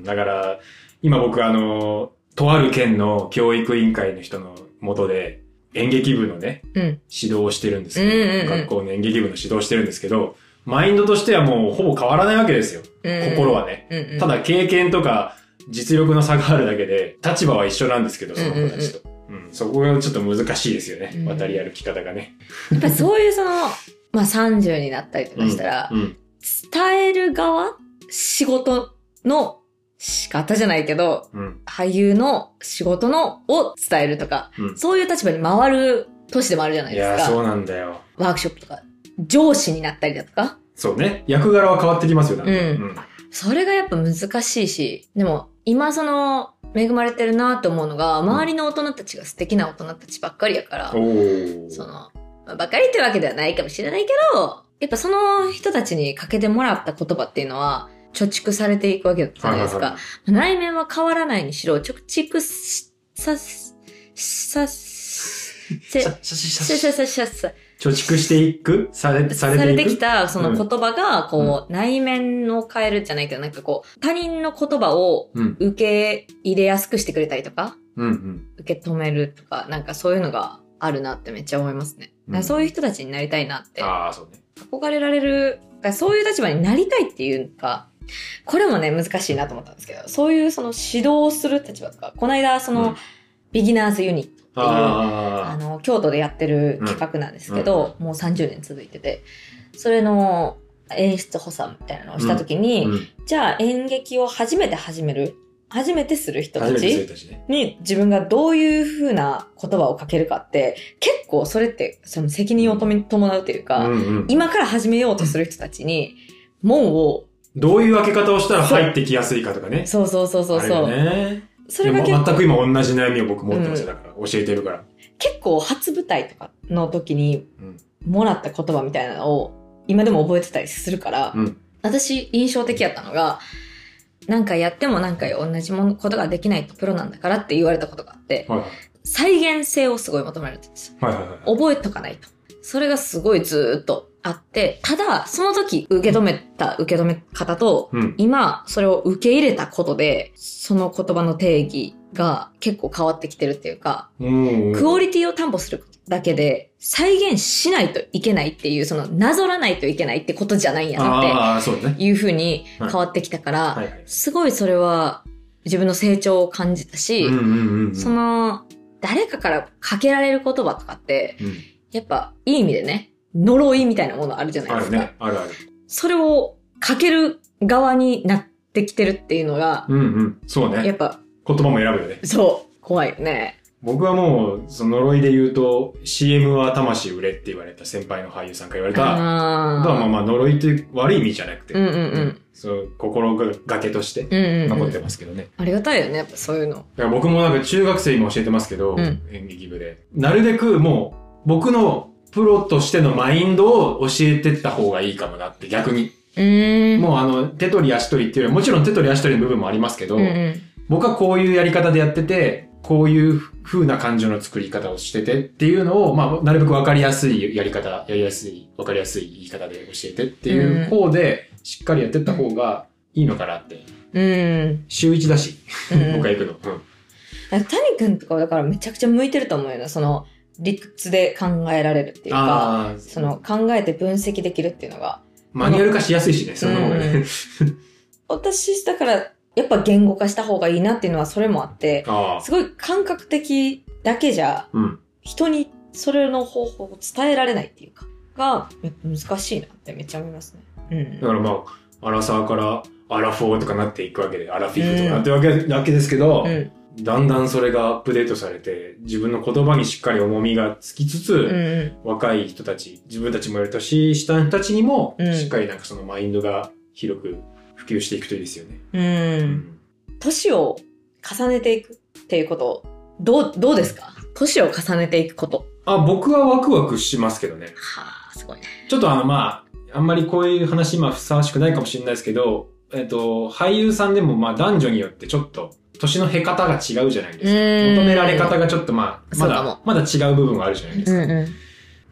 Speaker 2: ん。だから、今僕あの、とある県の教育委員会の人の元で、演劇部のね、
Speaker 3: うん
Speaker 2: 指導をしてるんですけど、
Speaker 3: うんうんうん
Speaker 2: 学校の演劇部の指導をしてるんですけど、マインドとしてはもうほぼ変わらないわけですよ。
Speaker 3: うん。
Speaker 2: 心はね。
Speaker 3: うんうん。
Speaker 2: ただ経験とか実力の差があるだけで、立場は一緒なんですけど、その子たちと。うん、そこがちょっと難しいですよね。
Speaker 3: うん
Speaker 2: 渡り歩き方がね。
Speaker 3: やっぱそういうその、まあ30になったりとかしたら、
Speaker 2: うん。
Speaker 3: 伝える側仕事の仕方じゃないけど、
Speaker 2: うん。
Speaker 3: 俳優の仕事のを伝えるとか、
Speaker 2: うん
Speaker 3: そういう立場に回る年でもあるじゃない
Speaker 2: い
Speaker 3: ですか。
Speaker 2: やー、そうなんだよ。
Speaker 3: ワークショップとか、上司になったりだとか、
Speaker 2: そうね。役柄は変わってきますよ、だんだん
Speaker 3: うんそれがやっぱ難しいし、でも今その恵まれてるなと思うのが、周りの大人たちが素敵な大人たちばっかりやから、
Speaker 2: うん。おお。
Speaker 3: その、まあばっかりってわけではないかもしれないけど、やっぱその人たちにかけてもらった言葉っていうのは、貯蓄されていくわけじゃないですか。
Speaker 2: はいはいは
Speaker 3: 内面は変わらないにしろ、貯蓄しさ、さ、せ、
Speaker 2: シャ
Speaker 3: さ
Speaker 2: ッシャッシャッシャッ
Speaker 3: ささささ
Speaker 2: 貯蓄していくされさ
Speaker 3: さ
Speaker 2: れていく
Speaker 3: れてきたその言葉が、こう、内面を変えるじゃないけど、なんかこう、他人の言葉を
Speaker 2: うん
Speaker 3: 受け入れやすくしてくれたりとか、
Speaker 2: うんうん
Speaker 3: 受け止めるとか、なんかそういうのがあるなってめっちゃ思いますね。
Speaker 2: うん
Speaker 3: だからそういう人たちになりたいなって、
Speaker 2: ああそうね
Speaker 3: 憧れられる、だからそういう立場になりたいっていうか、これもね、難しいなと思ったんですけど、そういうその指導をする立場とか、この間、その、
Speaker 2: うん
Speaker 3: ビギナーズユニットっていう、あ
Speaker 2: あ
Speaker 3: の、京都でやってる企画なんですけど、もう30年続いてて、それの演出補佐みたいなのをしたとき
Speaker 2: あ
Speaker 3: に、
Speaker 2: うん
Speaker 3: じゃあ演劇を初めて始める、初めてする人
Speaker 2: 初
Speaker 3: た
Speaker 2: めてそうい
Speaker 3: ち
Speaker 2: う人たちね
Speaker 3: に自分がどういうふうな言葉をかけるかって、結構それってその責任をとめ伴うというか、
Speaker 2: うんうん
Speaker 3: 今から始めようとする人たちに、門を、
Speaker 2: どういう分け方をしたら入ってきやすいかとかね
Speaker 3: そうそうそうそうそ
Speaker 2: あ
Speaker 3: う、
Speaker 2: れよね
Speaker 3: それが
Speaker 2: でも
Speaker 3: 結
Speaker 2: 全
Speaker 3: 構
Speaker 2: く今同じ悩みを僕持ってますよ
Speaker 3: う
Speaker 2: だから教えてるから
Speaker 3: 結構初舞台とかの時に
Speaker 2: うん
Speaker 3: もらった言葉みたいなのを今でも覚えてたりするから、
Speaker 2: うん
Speaker 3: 私印象的やったのが、何回やっても何回同じものことができないとプロなんだからって言われたことがあって、
Speaker 2: はい
Speaker 3: 再現性をすごい求められてるんですよ。
Speaker 2: はいはいはい
Speaker 3: 覚えとかないと。それがすごいずーっとあって、ただ、その時受け止めた受け止め方と、
Speaker 2: うん
Speaker 3: 今、それを受け入れたことで、その言葉の定義が結構変わってきてるっていうか、
Speaker 2: うん
Speaker 3: クオリティを担保するだけで、再現しないといけないっていう、その、なぞらないといけないってことじゃないんやなっ
Speaker 2: ああそうね
Speaker 3: ていうふうに変わってきたから、
Speaker 2: はいはい
Speaker 3: すごいそれは自分の成長を感じたし、
Speaker 2: うんうんうんうん
Speaker 3: その、誰かからかけられる言葉とかって、
Speaker 2: うん
Speaker 3: やっぱいい意味でね、呪いみたいなものあるじゃない
Speaker 2: あ
Speaker 3: です
Speaker 2: る
Speaker 3: か。
Speaker 2: ねあるある
Speaker 3: それをかける側になってきてるっていうのが、
Speaker 2: うんうんそう
Speaker 3: や
Speaker 2: ね
Speaker 3: っぱ、
Speaker 2: 言葉も選ぶよね
Speaker 3: そう、怖いよね。
Speaker 2: 僕はもうその呪いで言うと CM は魂売れって言われた先輩の俳優さんから言われた
Speaker 3: あー
Speaker 2: まあまあまあ呪いって悪い意味じゃなくて、
Speaker 3: うんうんうん。
Speaker 2: そう心がけとして
Speaker 3: うんうんうん、
Speaker 2: 残ってますけどね、
Speaker 3: ありがたいよね、やっぱそういうの。
Speaker 2: だから僕もなんか中学生にも教えてますけど、
Speaker 3: うん
Speaker 2: 演劇部でなるべくもう僕のプロとしてのマインドを教えてった方がいいかもなって逆に、
Speaker 3: うーん。
Speaker 2: もうあの手取り足取りっていうよりもちろん手取り足取りの部分もありますけど、
Speaker 3: うんうん
Speaker 2: 僕はこういうやり方でやってて、こういう風な感情の作り方をしててっていうのを、まあ、なるべく分かりやすいやり方、やりやすい、分かりやすい言い方で教えてっていう方で、しっかりやってった方がいいのかなって。
Speaker 3: うん。
Speaker 2: 週1だし、
Speaker 3: うん
Speaker 2: 僕は行くの。うん
Speaker 3: なんか谷君とかはだからめちゃくちゃ向いてると思うよな。その理屈で考えられるっていうか、
Speaker 2: ああ、
Speaker 3: その考えて分析できるっていうのが。
Speaker 2: マニュアル化しやすいしね、その方が
Speaker 3: う
Speaker 2: ね。
Speaker 3: 私、だから、やっぱ言語化した方がいいなっていうのはそれもあって、
Speaker 2: [laughs] ああ、
Speaker 3: すごい感覚的だけじゃ、
Speaker 2: うん。
Speaker 3: 人にそれの方法を伝えられないっていうか、が、やっぱ難しいなってめっちゃ思いますね。
Speaker 2: だ
Speaker 3: う
Speaker 2: か
Speaker 3: ん。
Speaker 2: らまあ、アラサーからアラフォーとかなっていくわけで、アラフィフとかなってわけだけですけど、
Speaker 3: うん。
Speaker 2: だんだんそれがアップデートされて、自分の言葉にしっかり重みがつきつつ、
Speaker 3: うん。
Speaker 2: 若い人たち、自分たちもより年下の人たちにも、
Speaker 3: うん
Speaker 2: しっかりなんかそのマインドが広く普及していくといいですよね。
Speaker 3: う。
Speaker 2: うん
Speaker 3: 年を重ねていくっていうこと、どう、どうですか年を重ねていくこと。
Speaker 2: あ、僕はワクワクしますけどね。
Speaker 3: はあ、すごいね。
Speaker 2: ちょっとあのまあ、あんまりこういう話今ふさわしくないかもしれないですけど、えっと、俳優さんでもまあ男女によってちょっと、年の経方が違うじゃないですか。
Speaker 3: うん
Speaker 2: 求められ方がちょっとまあ、ま
Speaker 3: そうかも
Speaker 2: だ、まだ違う部分があるじゃないですか。
Speaker 3: んう
Speaker 2: っ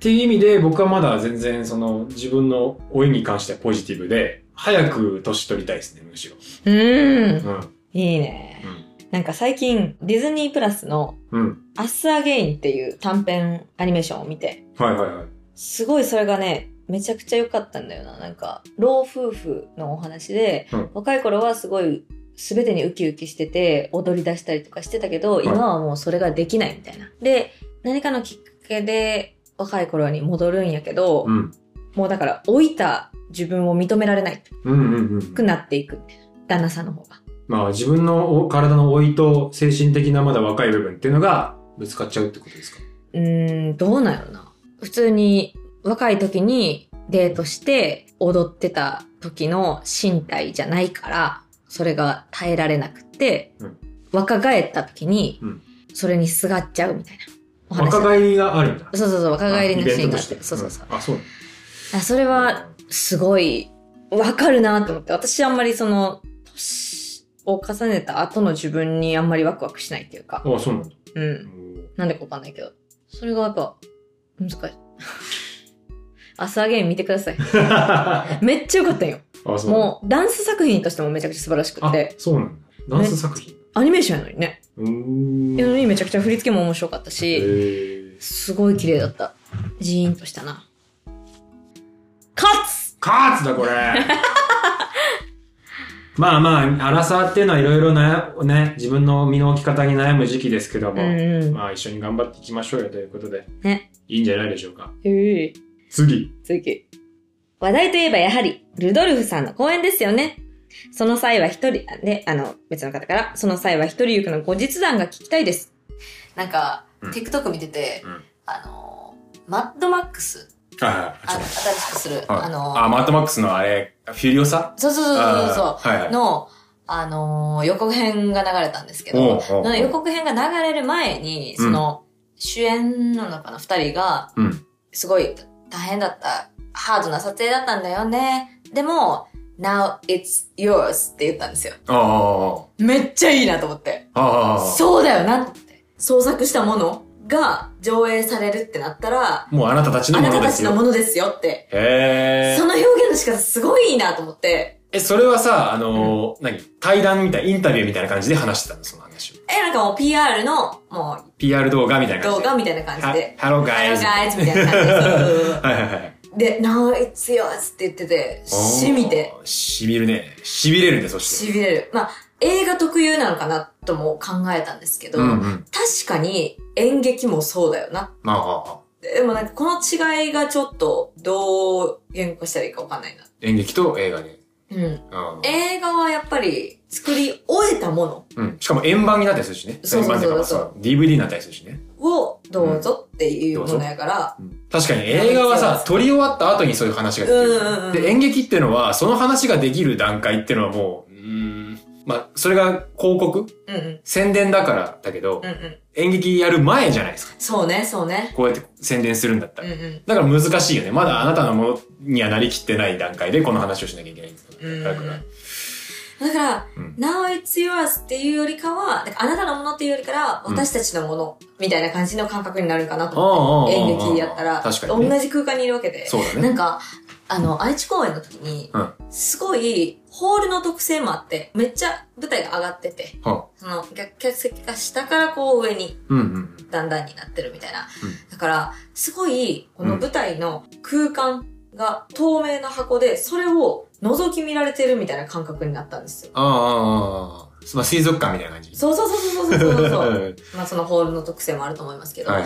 Speaker 2: ていう意味で僕はまだ全然その自分の老いに関してはポジティブで早く年取りたいですねむしろ
Speaker 3: ん。うん。
Speaker 2: うん
Speaker 3: いいね。なんか最近、ディズニープラスの
Speaker 2: うんうん
Speaker 3: 明日アゲインっていう短編アニメーションを見て、
Speaker 2: はいはいはい
Speaker 3: すごいそれがね、めちゃくちゃ良かったんだよな。なんか、老夫婦のお話で、
Speaker 2: うん
Speaker 3: 若い頃はすごい全てにウキウキしてて、踊り出したりとかしてたけど、
Speaker 2: い
Speaker 3: 今はもうそれができないみたいな。で、何かのきっかけで若い頃に戻るんやけど、
Speaker 2: うん
Speaker 3: もうだから老いた自分を認められない
Speaker 2: うんうんうん
Speaker 3: くなっていく。旦那さんの方が。
Speaker 2: まあ自分の体の老いと精神的なまだ若い部分っていうのがぶつかっちゃうってことですか
Speaker 3: うーん、どうなんやろな。普通に若い時にデートして踊ってた時の身体じゃないから、それが耐えられなくて、
Speaker 2: うん
Speaker 3: 若返った時に
Speaker 2: うん、
Speaker 3: それにすがっちゃうみたいなお話。
Speaker 2: 若返りがあるんだ
Speaker 3: そうそうそう、若返りのシーンがあ
Speaker 2: あ
Speaker 3: っ
Speaker 2: イベン
Speaker 3: て。
Speaker 2: トとして
Speaker 3: そうそうそう。
Speaker 2: んあそう
Speaker 3: あそれは、すごい、わかるなと思って。私あんまりその、年を重ねた後の自分にあんまりワクワクしないっていうか。
Speaker 2: あそうなんだ
Speaker 3: うん
Speaker 2: う。ん
Speaker 3: なんでかわかんないけど。それがやっぱ、難しい。朝ゲーム見てくださ [laughs] い。
Speaker 2: あ
Speaker 3: めっちゃ良かったんよ。
Speaker 2: そうなんだ
Speaker 3: もう、ダンス作品としてもめちゃくちゃ素晴らしく
Speaker 2: あ
Speaker 3: て、
Speaker 2: そうなんだダンス作品
Speaker 3: アニメーションやのにね。
Speaker 2: うーん
Speaker 3: やのにめちゃくちゃ振り付けも面白かった
Speaker 2: へ
Speaker 3: し、
Speaker 2: ー
Speaker 3: すごい綺麗だった。ジーンとしたな。カツ
Speaker 2: カーツだこれまあまあ、アラサーっていうのはいろいろな、ね、自分の身の置き方に悩む時期ですけど
Speaker 3: う
Speaker 2: も、
Speaker 3: んうん。
Speaker 2: まあ一緒に頑張っていきましょうよということで、
Speaker 3: ね
Speaker 2: いいんじゃないでしょうか。
Speaker 3: へえ
Speaker 2: 次。
Speaker 3: 次。話題といえばやはり、ルドルフさんの公演ですよね。その際は一人、で、あの、別の方から、その際は一人ゆくの後日談が聞きたいです。なんか、
Speaker 2: うん
Speaker 3: TikTok 見てて、
Speaker 2: うん
Speaker 3: あの、マッドマックス、
Speaker 2: あ
Speaker 3: あの、新しくする、あの、
Speaker 2: マットマックスのあれ、フュリオサ。
Speaker 3: そうそうそうそうそう
Speaker 2: はい
Speaker 3: うんの、あの予告編が流れたんですけ
Speaker 2: おう
Speaker 3: ど、
Speaker 2: おうおう
Speaker 3: の予告編が流れる前に、その、主演なのかな、二人が、
Speaker 2: うん。
Speaker 3: すごい大変だった、ハードな撮影だったんだよね。でも、now it's yours って言ったんですよ。
Speaker 2: あ
Speaker 3: めっちゃいいなと思って。
Speaker 2: あ。あ
Speaker 3: そうだよなと思って。創作したものが上映されるってなったら、
Speaker 2: もうあなたたち
Speaker 3: あなたたちのものですよって。
Speaker 2: へ
Speaker 3: その表現の仕方すごいいいなと思って。
Speaker 2: え、それはさ、あのー、何対談みたい、インタビューみたいな感じで話してたのその話を。
Speaker 3: え、なんかもう PR の、も
Speaker 2: PR 動画みたいうな感
Speaker 3: 動
Speaker 2: じで。
Speaker 3: 画みたいな感じで。
Speaker 2: ハロー
Speaker 3: h
Speaker 2: ガイ
Speaker 3: e
Speaker 2: ズ。
Speaker 3: ガイズみたいな感じでそ
Speaker 2: [laughs]
Speaker 3: うそうそう
Speaker 2: はいはいはい。
Speaker 3: そう。で、now it's yours って言ってて、しみて。
Speaker 2: おー。しびるね。しびれるね、そして。
Speaker 3: しびれる。まあ、映画特有なのかなとも考えたんですけど、
Speaker 2: うんうん。
Speaker 3: 確かに演劇もそうだよな。
Speaker 2: まあああ、
Speaker 3: でもなんかこの違いがちょっとどう言語化したらいいかわかんないな。
Speaker 2: 演劇と映画で。
Speaker 3: うん。
Speaker 2: うん。
Speaker 3: 映画はやっぱり作り終えたも
Speaker 2: うん。しかも円盤になったりするしね。
Speaker 3: そうそうそうそう
Speaker 2: 円盤っていかまあ DVD になったりするしね。
Speaker 3: のをどうぞっていうものやから、
Speaker 2: うん確かに映画は
Speaker 3: そ
Speaker 2: さ、撮り終わった後にそういう話ができる
Speaker 3: うんうんうん。
Speaker 2: で、演劇っていうのは、その話ができる段階っていうのはもう、うーん。まあ、それが広告
Speaker 3: うんうん。
Speaker 2: 宣伝だからだけど
Speaker 3: うん、うん。
Speaker 2: 演劇やる前じゃないですか。
Speaker 3: そうね、そうね。
Speaker 2: こうやって宣伝するんだった
Speaker 3: うん
Speaker 2: ら。
Speaker 3: うん。
Speaker 2: だから難しいよね。まだあなたのものにはなりきってない段階でこの話をしなきゃいけないんだから。だ
Speaker 3: うん
Speaker 2: から。
Speaker 3: だから、
Speaker 2: うん
Speaker 3: now it's yours っていうよりかは、なんかあなたのものっていうよりから、
Speaker 2: うん
Speaker 3: 私たちのもの、みたいな感じの感覚になるかなと思っ
Speaker 2: あ
Speaker 3: て、
Speaker 2: あああ
Speaker 3: 演劇やったら、
Speaker 2: 確かにね
Speaker 3: 同じ空間にいるわけで。
Speaker 2: そうだ
Speaker 3: な
Speaker 2: ね。
Speaker 3: [laughs] んか、あの、愛知公演の時に、
Speaker 2: うん
Speaker 3: すごい、ホールの特性もあって、めっちゃ舞台が上がってて、
Speaker 2: は
Speaker 3: その、客客席が下からこう上に、
Speaker 2: うんうん。
Speaker 3: だんだんになってるみたいな。
Speaker 2: うん
Speaker 3: だから、すごい、こ
Speaker 2: う
Speaker 3: の
Speaker 2: ん
Speaker 3: 舞台の空間が透明な箱で、それを覗き見られてるみたいな感覚になったんですよ。
Speaker 2: ああああ、ああまあ、水族館みたいな感じ。。
Speaker 3: そうそうそうそうそうそうそう
Speaker 2: [laughs] ん
Speaker 3: まあ、そのホールの特性もあると思いますけ
Speaker 2: [laughs]
Speaker 3: ど、
Speaker 2: はい。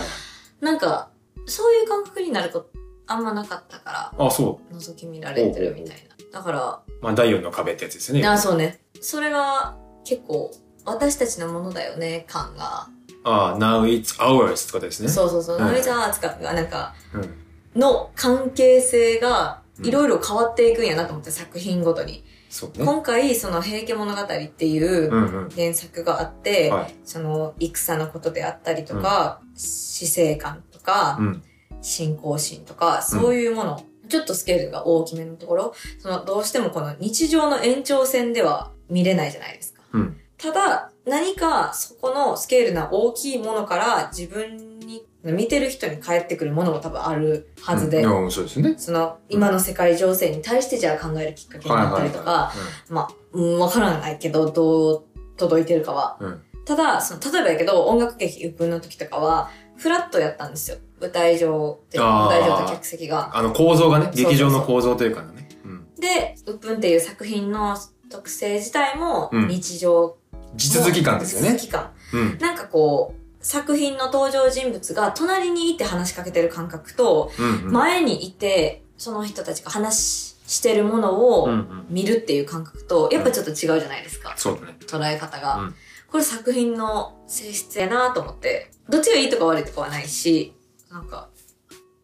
Speaker 3: なんか、そういう感覚になること、あんまなかったか
Speaker 2: あ、そ
Speaker 3: ら、覗き見られてるみたいな。だから、
Speaker 2: う。まあ、第4の壁ってやつですよね。
Speaker 3: あそうねそれが結構私たちのものだよね感が、
Speaker 2: ああ、now it's ours ってことですね。
Speaker 3: そうそうそう
Speaker 2: うん
Speaker 3: ナミちゃん扱うがなんか
Speaker 2: うん。
Speaker 3: の関係性が
Speaker 2: うん
Speaker 3: いろいろ変わっていくんやなと思って、作品ごとに
Speaker 2: そうね。
Speaker 3: 今回その「平家物語」っていう
Speaker 2: うんうん。
Speaker 3: 原作があって、
Speaker 2: はい。
Speaker 3: その戦のことであったりとか、死生観とか、
Speaker 2: うん。
Speaker 3: 信仰心とか、そういうもの、ちょっとスケールが大きめのところ、そのどうしてもこの日常の延長線では見れないじゃないですか。
Speaker 2: うん
Speaker 3: ただ、何かそこのスケールな大きいものから自分に、見てる人に返ってくるものも多分あるはずで、
Speaker 2: うん、そうですね。
Speaker 3: その今の世界情勢に対してじゃあ考えるきっかけになったりとか、まあ、うんわからないけど、どう届いてるかは。
Speaker 2: うん
Speaker 3: ただ、その、例えばやけど、音楽劇、うっぷんの時とかは、フラットやったんですよ。舞台上で、
Speaker 2: あー
Speaker 3: 舞台上と客席が。
Speaker 2: あの構造がね、
Speaker 3: そうそうそう
Speaker 2: 劇場の構造というかね。うん
Speaker 3: で、うっぷんっていう作品の特性自体も
Speaker 2: うん、
Speaker 3: 日常、
Speaker 2: 地続き感ですよね
Speaker 3: 地。続き感。
Speaker 2: うん。
Speaker 3: なんかこう、作品の登場人物が隣にいて話しかけてる感覚と、
Speaker 2: うんうん。
Speaker 3: 前にいて、その人たちが話してるもの
Speaker 2: うんう
Speaker 3: を
Speaker 2: ん。
Speaker 3: 見るっていう感覚と、やっぱちょっと違うじゃないですか。
Speaker 2: そうだね。
Speaker 3: 捉え方が、
Speaker 2: うん
Speaker 3: これ作品の性質やなと思ってどっちがいいとか悪いとかはないしなんか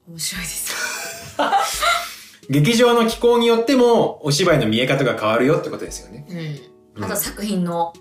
Speaker 3: 面白いです
Speaker 2: 劇場の気候によっても、お芝居の見え方が変わるよってことですよね。
Speaker 3: う
Speaker 2: うん
Speaker 3: んあと作品の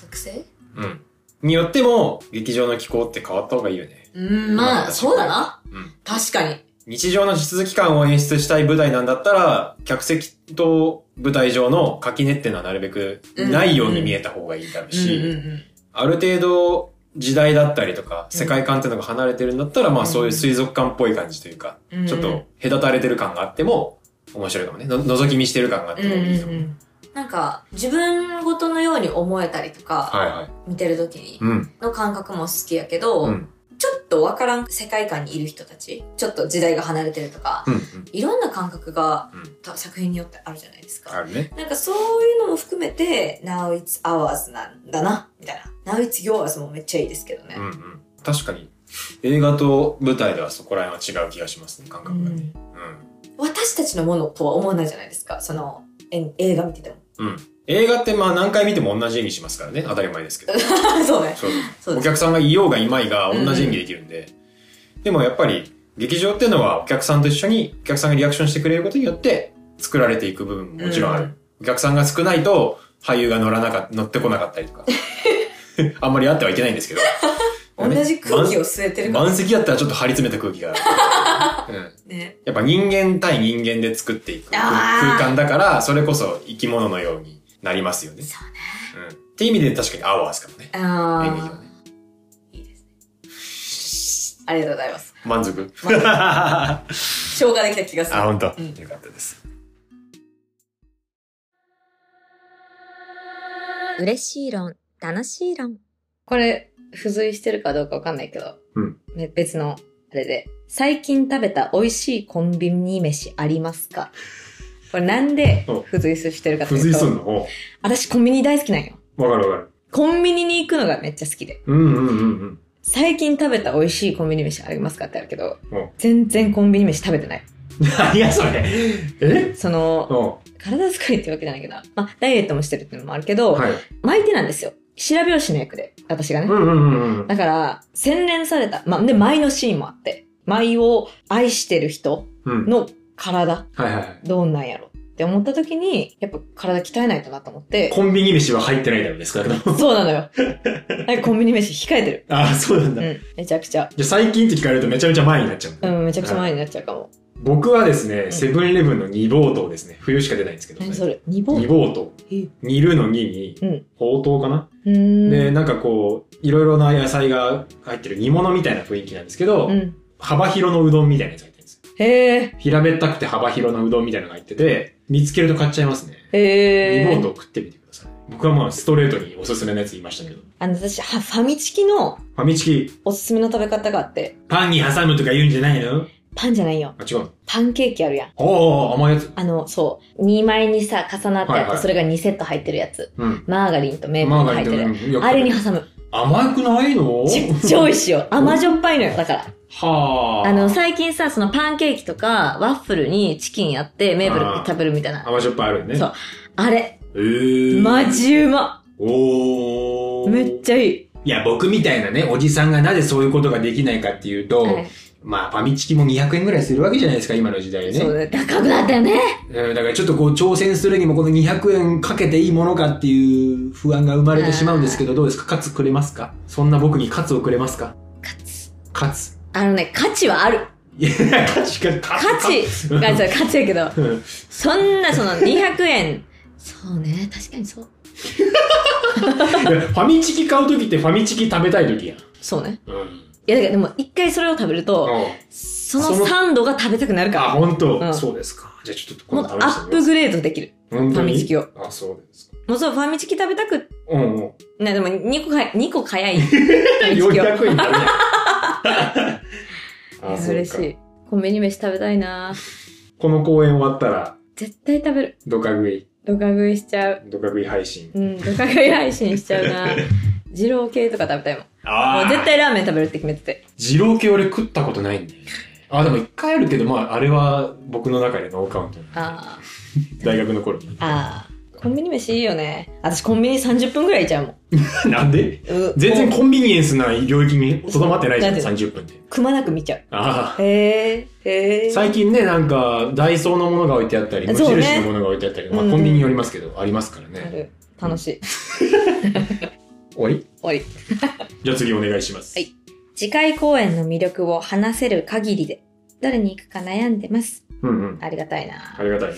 Speaker 3: 特性
Speaker 2: うん。によっても、劇場の気候って変わった方がいいよね。
Speaker 3: うん
Speaker 2: まあ
Speaker 3: まあそうだな
Speaker 2: うん。
Speaker 3: 確かに
Speaker 2: 日常の地続き感を演出したい舞台なんだったら、客席と舞台上の垣根っていうのはなるべくないように見えた方がいいだろう
Speaker 3: うん
Speaker 2: し、
Speaker 3: うんうん
Speaker 2: ある程度時代だったりとか、世界観っていうのが離れてるんだったら、まあそういう水族館っぽい感じというか、
Speaker 3: うん
Speaker 2: ちょっと隔たれてる感があっても面白いかもね。の覗き見してる感があって
Speaker 3: うんう
Speaker 2: も
Speaker 3: ん
Speaker 2: いいか
Speaker 3: う
Speaker 2: も。
Speaker 3: んなんか自分ごとのように思えたりとか
Speaker 2: はいはい。
Speaker 3: 見てる時に
Speaker 2: うん。
Speaker 3: の感覚も好きやけど、
Speaker 2: うん。うん。
Speaker 3: ちょっとわからん世界観にいる人たちちょっと時代が離れてるとか
Speaker 2: うん。
Speaker 3: いろんな感覚が
Speaker 2: うん
Speaker 3: た作品によってあるじゃないですか
Speaker 2: あるね。
Speaker 3: なんかそういうのも含めて、Now it's ours なんだな、みたいな。Now it's yours もめっちゃいいですけどね
Speaker 2: うん。うん。確かに、映画と舞台ではそこら辺は違う気がしますね、感覚がね。うん
Speaker 3: 私たちのものとは思わないじゃないですか。その、え映画見てても。 [laughs]
Speaker 2: うん。映画ってまあ何回見ても同じ演技しますからね。当たり前ですけど。
Speaker 3: そうね。
Speaker 2: そう
Speaker 3: そう
Speaker 2: お
Speaker 3: です。
Speaker 2: 客さんがいようがいまいが同じ演技できるんで。でもやっぱり劇場っていうのはお客さんと一緒にお客さんがリアクションしてくれることによって作られていく部分ももちろんある。
Speaker 3: うん
Speaker 2: お客さんが少ないと俳優が乗らなか、乗ってこなかったりとか。
Speaker 3: [laughs]
Speaker 2: あんまりあってはいけないんですけど。
Speaker 3: 同じ空気を吸えてるから
Speaker 2: 満席だったらちょっと張り詰めた空
Speaker 3: [laughs]
Speaker 2: 気が。うん
Speaker 3: ね。
Speaker 2: やっぱ人間対人間で作っていく
Speaker 3: あー
Speaker 2: 空間だから、それこそ生き物のようになりますよね。
Speaker 3: そうね。
Speaker 2: うん。って意味で確かにアワーですからね。演劇は
Speaker 3: あ
Speaker 2: ね。
Speaker 3: ーいいですね。ありがとうございます。
Speaker 2: 満足。
Speaker 3: 満足
Speaker 2: [laughs] あ、
Speaker 3: 消化できた気がする。
Speaker 2: 本当。
Speaker 3: うん
Speaker 2: よかったです。
Speaker 1: 嬉しい論、楽しい論。
Speaker 3: これ、付随してるかどうかわかんないけど、
Speaker 2: うん
Speaker 3: ね別の、あれで、最近食べた美味しいコンビニ飯ありますかこれなんで
Speaker 2: うん
Speaker 3: 付随してるかと
Speaker 2: 付
Speaker 3: い
Speaker 2: 随
Speaker 3: う
Speaker 2: す
Speaker 3: と、
Speaker 2: るのお
Speaker 3: 私コンビニ大好きなんよ。
Speaker 2: うわかるわかる。
Speaker 3: コンビニに行くのがめっちゃ好きで。
Speaker 2: うんうん [laughs] うん
Speaker 3: 最近食べた美味しいコンビニ飯ありますかってあるけど
Speaker 2: うん、
Speaker 3: 全然コンビニ飯食べてない。
Speaker 2: うん。何やそれ。え
Speaker 3: その、
Speaker 2: お
Speaker 3: 体作りってわけじゃないけど、まあ、ダイエットもしてるっていうのもあるけど、
Speaker 2: はい。
Speaker 3: 巻いてなんですよ。白拍子の役で、私がね。
Speaker 2: うんうんうんうん。
Speaker 3: だから、洗練された、まあ、で、舞のシーンもあって、舞を愛してる人
Speaker 2: うん。
Speaker 3: の体、
Speaker 2: はいはい。
Speaker 3: どうなんやろって思った時に、やっぱ体鍛えないとなと思って、
Speaker 2: コンビニ飯は入ってないだろうね、少なくとも。
Speaker 3: そうなのよ。なんかコンビニ飯控えてる。
Speaker 2: [laughs] ああ、そうなん
Speaker 3: う
Speaker 2: だ。
Speaker 3: ん、めちゃくちゃ。
Speaker 2: じゃあ最近って聞かれるとめちゃめちゃ前になっちゃう
Speaker 3: うん、めちゃくちゃ前になっちゃうかも。
Speaker 2: 僕はですね、セブンイレブンの二冒頭ですね。冬しか出ないんですけど、ね。
Speaker 1: 何それ二
Speaker 2: 二
Speaker 1: 本
Speaker 2: 冒頭。
Speaker 1: え
Speaker 2: 煮るの煮に、
Speaker 1: うん
Speaker 2: ほうとうかな、
Speaker 1: うーん
Speaker 2: で、なんかこう、いろいろな野菜が入ってる煮物みたいな雰囲気なんですけど、
Speaker 1: うん
Speaker 2: 幅広のうどんみたいなやつ入ってるんですよ。
Speaker 1: へえ
Speaker 2: 平べったくて幅広のうどんみたいなのが入ってて、見つけると買っちゃいますね。
Speaker 1: へえ
Speaker 2: リモートを食ってみてください。僕はまあストレートにおすすめのやつ言いましたけど。
Speaker 1: あの私はファミチキの
Speaker 2: ファミチキ、
Speaker 1: おすすめの食べ方があって
Speaker 2: パンに挟むとか言うんじゃないの
Speaker 1: パンじゃないよ
Speaker 2: あ、違うの。
Speaker 1: パンケーキあるやん
Speaker 2: ああ、甘いやつ。
Speaker 1: あのそう2枚にさ重なってあって、
Speaker 2: はいはい
Speaker 1: それが2セット入ってるやつ
Speaker 2: うん。
Speaker 1: マーガリンとメープル
Speaker 2: マー
Speaker 1: が
Speaker 2: ガリ
Speaker 1: 入
Speaker 2: ン
Speaker 1: っ
Speaker 2: と
Speaker 1: てる
Speaker 2: よく
Speaker 1: あれに挟む
Speaker 2: 甘くないの
Speaker 1: ちっちゃい美味しいよ。甘じょっぱいのよ。だから。
Speaker 2: はあ。
Speaker 1: あの、最近さ、そのパンケーキとか、ワッフルにチキンやって、メーブル食べるみたいな。
Speaker 2: 甘じょっぱいあるよね。
Speaker 1: そうあれ、
Speaker 2: えー。
Speaker 1: マジうま
Speaker 2: おー。
Speaker 1: めっちゃいい。
Speaker 2: いや、僕みたいなね、おじさんがなぜそういうことができないかっていうと、
Speaker 1: はい
Speaker 2: まあ、ファミチキも200円ぐらいするわけじゃないですか、今の時代ね。
Speaker 1: そうね。高くなったよね。
Speaker 2: うんだからちょっとこう挑戦するにもこの200円かけていいものかっていう不安が生まれてしまうんですけど、どうですかカツくれますかそんな僕にカツをくれますか
Speaker 1: カツ。
Speaker 2: カツ。
Speaker 1: あのね、価値はある。
Speaker 2: いや、カチか、
Speaker 1: 価
Speaker 2: カ
Speaker 1: 値。あそう価値やけど、
Speaker 2: うん
Speaker 1: そんなその200円。そうね、確かにそう。
Speaker 2: いやファミチキ買うときってファミチキ食べたいときやん。
Speaker 1: そうね。
Speaker 2: うん。
Speaker 1: いや、だからでも一回それを食べると、そ
Speaker 2: その
Speaker 1: のサンドが食べたくなるか
Speaker 2: あ、本当、
Speaker 1: うん
Speaker 2: そうですか。じゃあちょっと
Speaker 1: ら。も
Speaker 2: 今
Speaker 1: っ
Speaker 2: 度
Speaker 1: と
Speaker 2: 試
Speaker 1: アップ
Speaker 2: してみます。
Speaker 1: グレードできる。
Speaker 2: 本
Speaker 1: フ
Speaker 2: 当
Speaker 1: ァ
Speaker 2: に
Speaker 1: ミチキを。
Speaker 2: あ、そうですか。
Speaker 1: もうそう、ファミチキ食べたく
Speaker 2: うんうん。
Speaker 1: ね、でも2個かい、2個早い。
Speaker 2: 400円
Speaker 1: [laughs]
Speaker 2: だね。あ、そう
Speaker 1: 嬉し
Speaker 2: か。
Speaker 1: い。コンビニ飯食べたいな
Speaker 2: この公演終わったら、
Speaker 1: 絶対食べる。
Speaker 2: ドカ食い、
Speaker 1: ドカ食いしちゃう。
Speaker 2: ドカ食い配信。
Speaker 1: うん、ドカ食い配信しちゃうな二郎系とか食べたいもん。
Speaker 2: あ
Speaker 1: もう絶対ラーメン食べるって決めてて。
Speaker 2: 二郎系俺食ったことないんだよね。あ、でも一回あるけど、まあ、あれは僕の中でノーカウント。
Speaker 1: あ
Speaker 2: 大学の頃に
Speaker 1: あ。。ああ。コンビニ飯いいよね。私コンビニ30分ぐらいいちゃうもん。
Speaker 2: [laughs] なんで
Speaker 1: う
Speaker 2: 全然
Speaker 1: も
Speaker 2: コンビニエンスな領域にとどまってないじゃん、
Speaker 1: だって
Speaker 2: 30分で。
Speaker 1: うくまなく見ちゃ
Speaker 2: あ
Speaker 1: う。へえ。へ
Speaker 2: あ。
Speaker 1: え。
Speaker 2: 最近ね、なんか、ダイソーのものが置いてあったり、無
Speaker 1: そうね
Speaker 2: 印のものが置いてあったり、まあ、
Speaker 1: うん
Speaker 2: コンビニによりますけど、ありますから
Speaker 1: あ
Speaker 2: ね。
Speaker 1: る。楽しい。
Speaker 2: 終わり
Speaker 1: 終わり。
Speaker 2: [laughs] じゃあ次お願いします。
Speaker 1: はい次回公演の魅力を話せる限りで、どれに行くか悩んでます。
Speaker 2: うんうん。
Speaker 1: ありがたいな
Speaker 2: ありがたいね。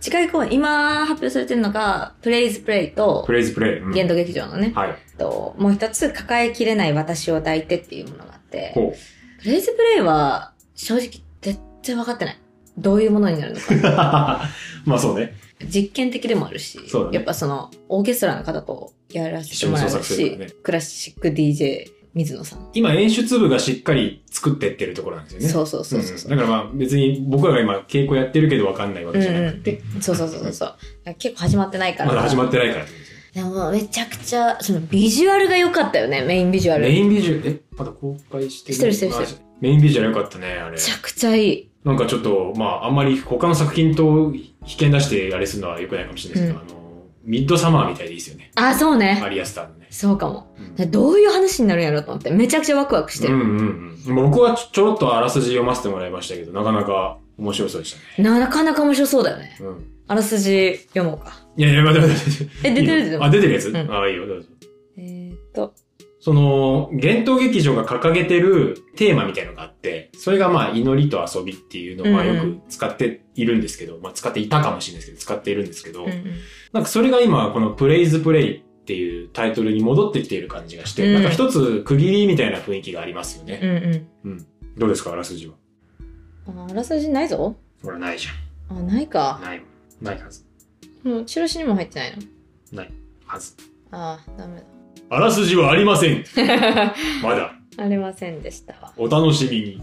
Speaker 1: 次回公演、今発表されてるのが、プレイズプレイと
Speaker 2: プ、レイズプレイ。うん
Speaker 1: 限度劇場のね、
Speaker 2: はい。
Speaker 1: ともう一つ、抱えきれない私を抱いてっていうものがあって、
Speaker 2: ほ
Speaker 1: プレイズプレイは、正直、絶対分かってない。どういうものになるのか。
Speaker 2: う。 [laughs] まあそうね。
Speaker 1: 実験的でもあるし、
Speaker 2: そうだね
Speaker 1: やっぱその、オーケストラの方とやらせてもら
Speaker 2: 一緒
Speaker 1: う
Speaker 2: に創作する
Speaker 1: し、
Speaker 2: からね
Speaker 1: クラシック DJ、水野さん。
Speaker 2: 今演出部がしっかり作ってってるところなんですよね。
Speaker 1: そうそうそうそうそう。
Speaker 2: んだからまあ別に僕らが今稽古やってるけど分かんないわ
Speaker 1: う
Speaker 2: け
Speaker 1: んう
Speaker 2: じゃなく
Speaker 1: ん
Speaker 2: て、、
Speaker 1: そうそうそうそう。結構始まってないから。
Speaker 2: まだ始まってないからってことですよ
Speaker 1: でもめちゃくちゃ、そのビジュアルが良かったよね、メインビジュアル。
Speaker 2: メ
Speaker 1: め
Speaker 2: インビジュアル、え、まだ公開して
Speaker 1: してるしてる
Speaker 2: まあ
Speaker 1: して
Speaker 2: メインビジュアルよかったね、あれ。
Speaker 1: ちゃくちゃいい。
Speaker 2: なんかちょっと、まああんまり他の作品と被験出してあれするのは良くないかもしれないですけど、あの、ミッドサマーみたいでいいですよね。
Speaker 1: あ、そうね。
Speaker 2: アリアスターのね。
Speaker 1: そうかも。
Speaker 2: うん
Speaker 1: でどういう話になるんやろうと思って、めちゃくちゃワクワクして
Speaker 2: う
Speaker 1: る。
Speaker 2: んうんうん。僕はちょろっとあらすじ読ませてもらいましたけど、なかなか面白そうでしたね。
Speaker 1: なかなか面白そうだよね。
Speaker 2: うん。
Speaker 1: あらすじ読もうか。
Speaker 2: いやいや、待って待って待って。
Speaker 1: え、出てる
Speaker 2: いい
Speaker 1: 出て
Speaker 2: の
Speaker 1: る。
Speaker 2: あ、出てるやつ、
Speaker 1: ん
Speaker 2: ああ、いいよ、どうぞ。
Speaker 1: えーっと、
Speaker 2: その、幻冬劇場が掲げてるテーマみたいのがあって、それがまあ、祈りと遊びっていうのは
Speaker 1: うんう
Speaker 2: よ
Speaker 1: ん
Speaker 2: く使っているんですけど、まあ、使っていたかもしれないですけど、使っているんですけど、
Speaker 1: うんうん
Speaker 2: なんかそれが今、このプレイズプレイっていうタイトルに戻ってきている感じがして、
Speaker 1: うん
Speaker 2: なんか一つ区切りみたいな雰囲気がありますよ
Speaker 1: う
Speaker 2: ね。
Speaker 1: ん
Speaker 2: どうですか、あらすじは。
Speaker 1: うん。ああらすじないぞ。
Speaker 2: ほら、ないじ
Speaker 1: あ、ない
Speaker 2: ゃん。
Speaker 1: か。
Speaker 2: ないもん。ないはず。
Speaker 1: もう、チラシにも入ってないの。
Speaker 2: はず。
Speaker 1: ああ、ダメ
Speaker 2: あらすじはありません。
Speaker 1: だ。
Speaker 2: まだ。
Speaker 1: [laughs] ありませんでしたわ。
Speaker 2: お楽しみ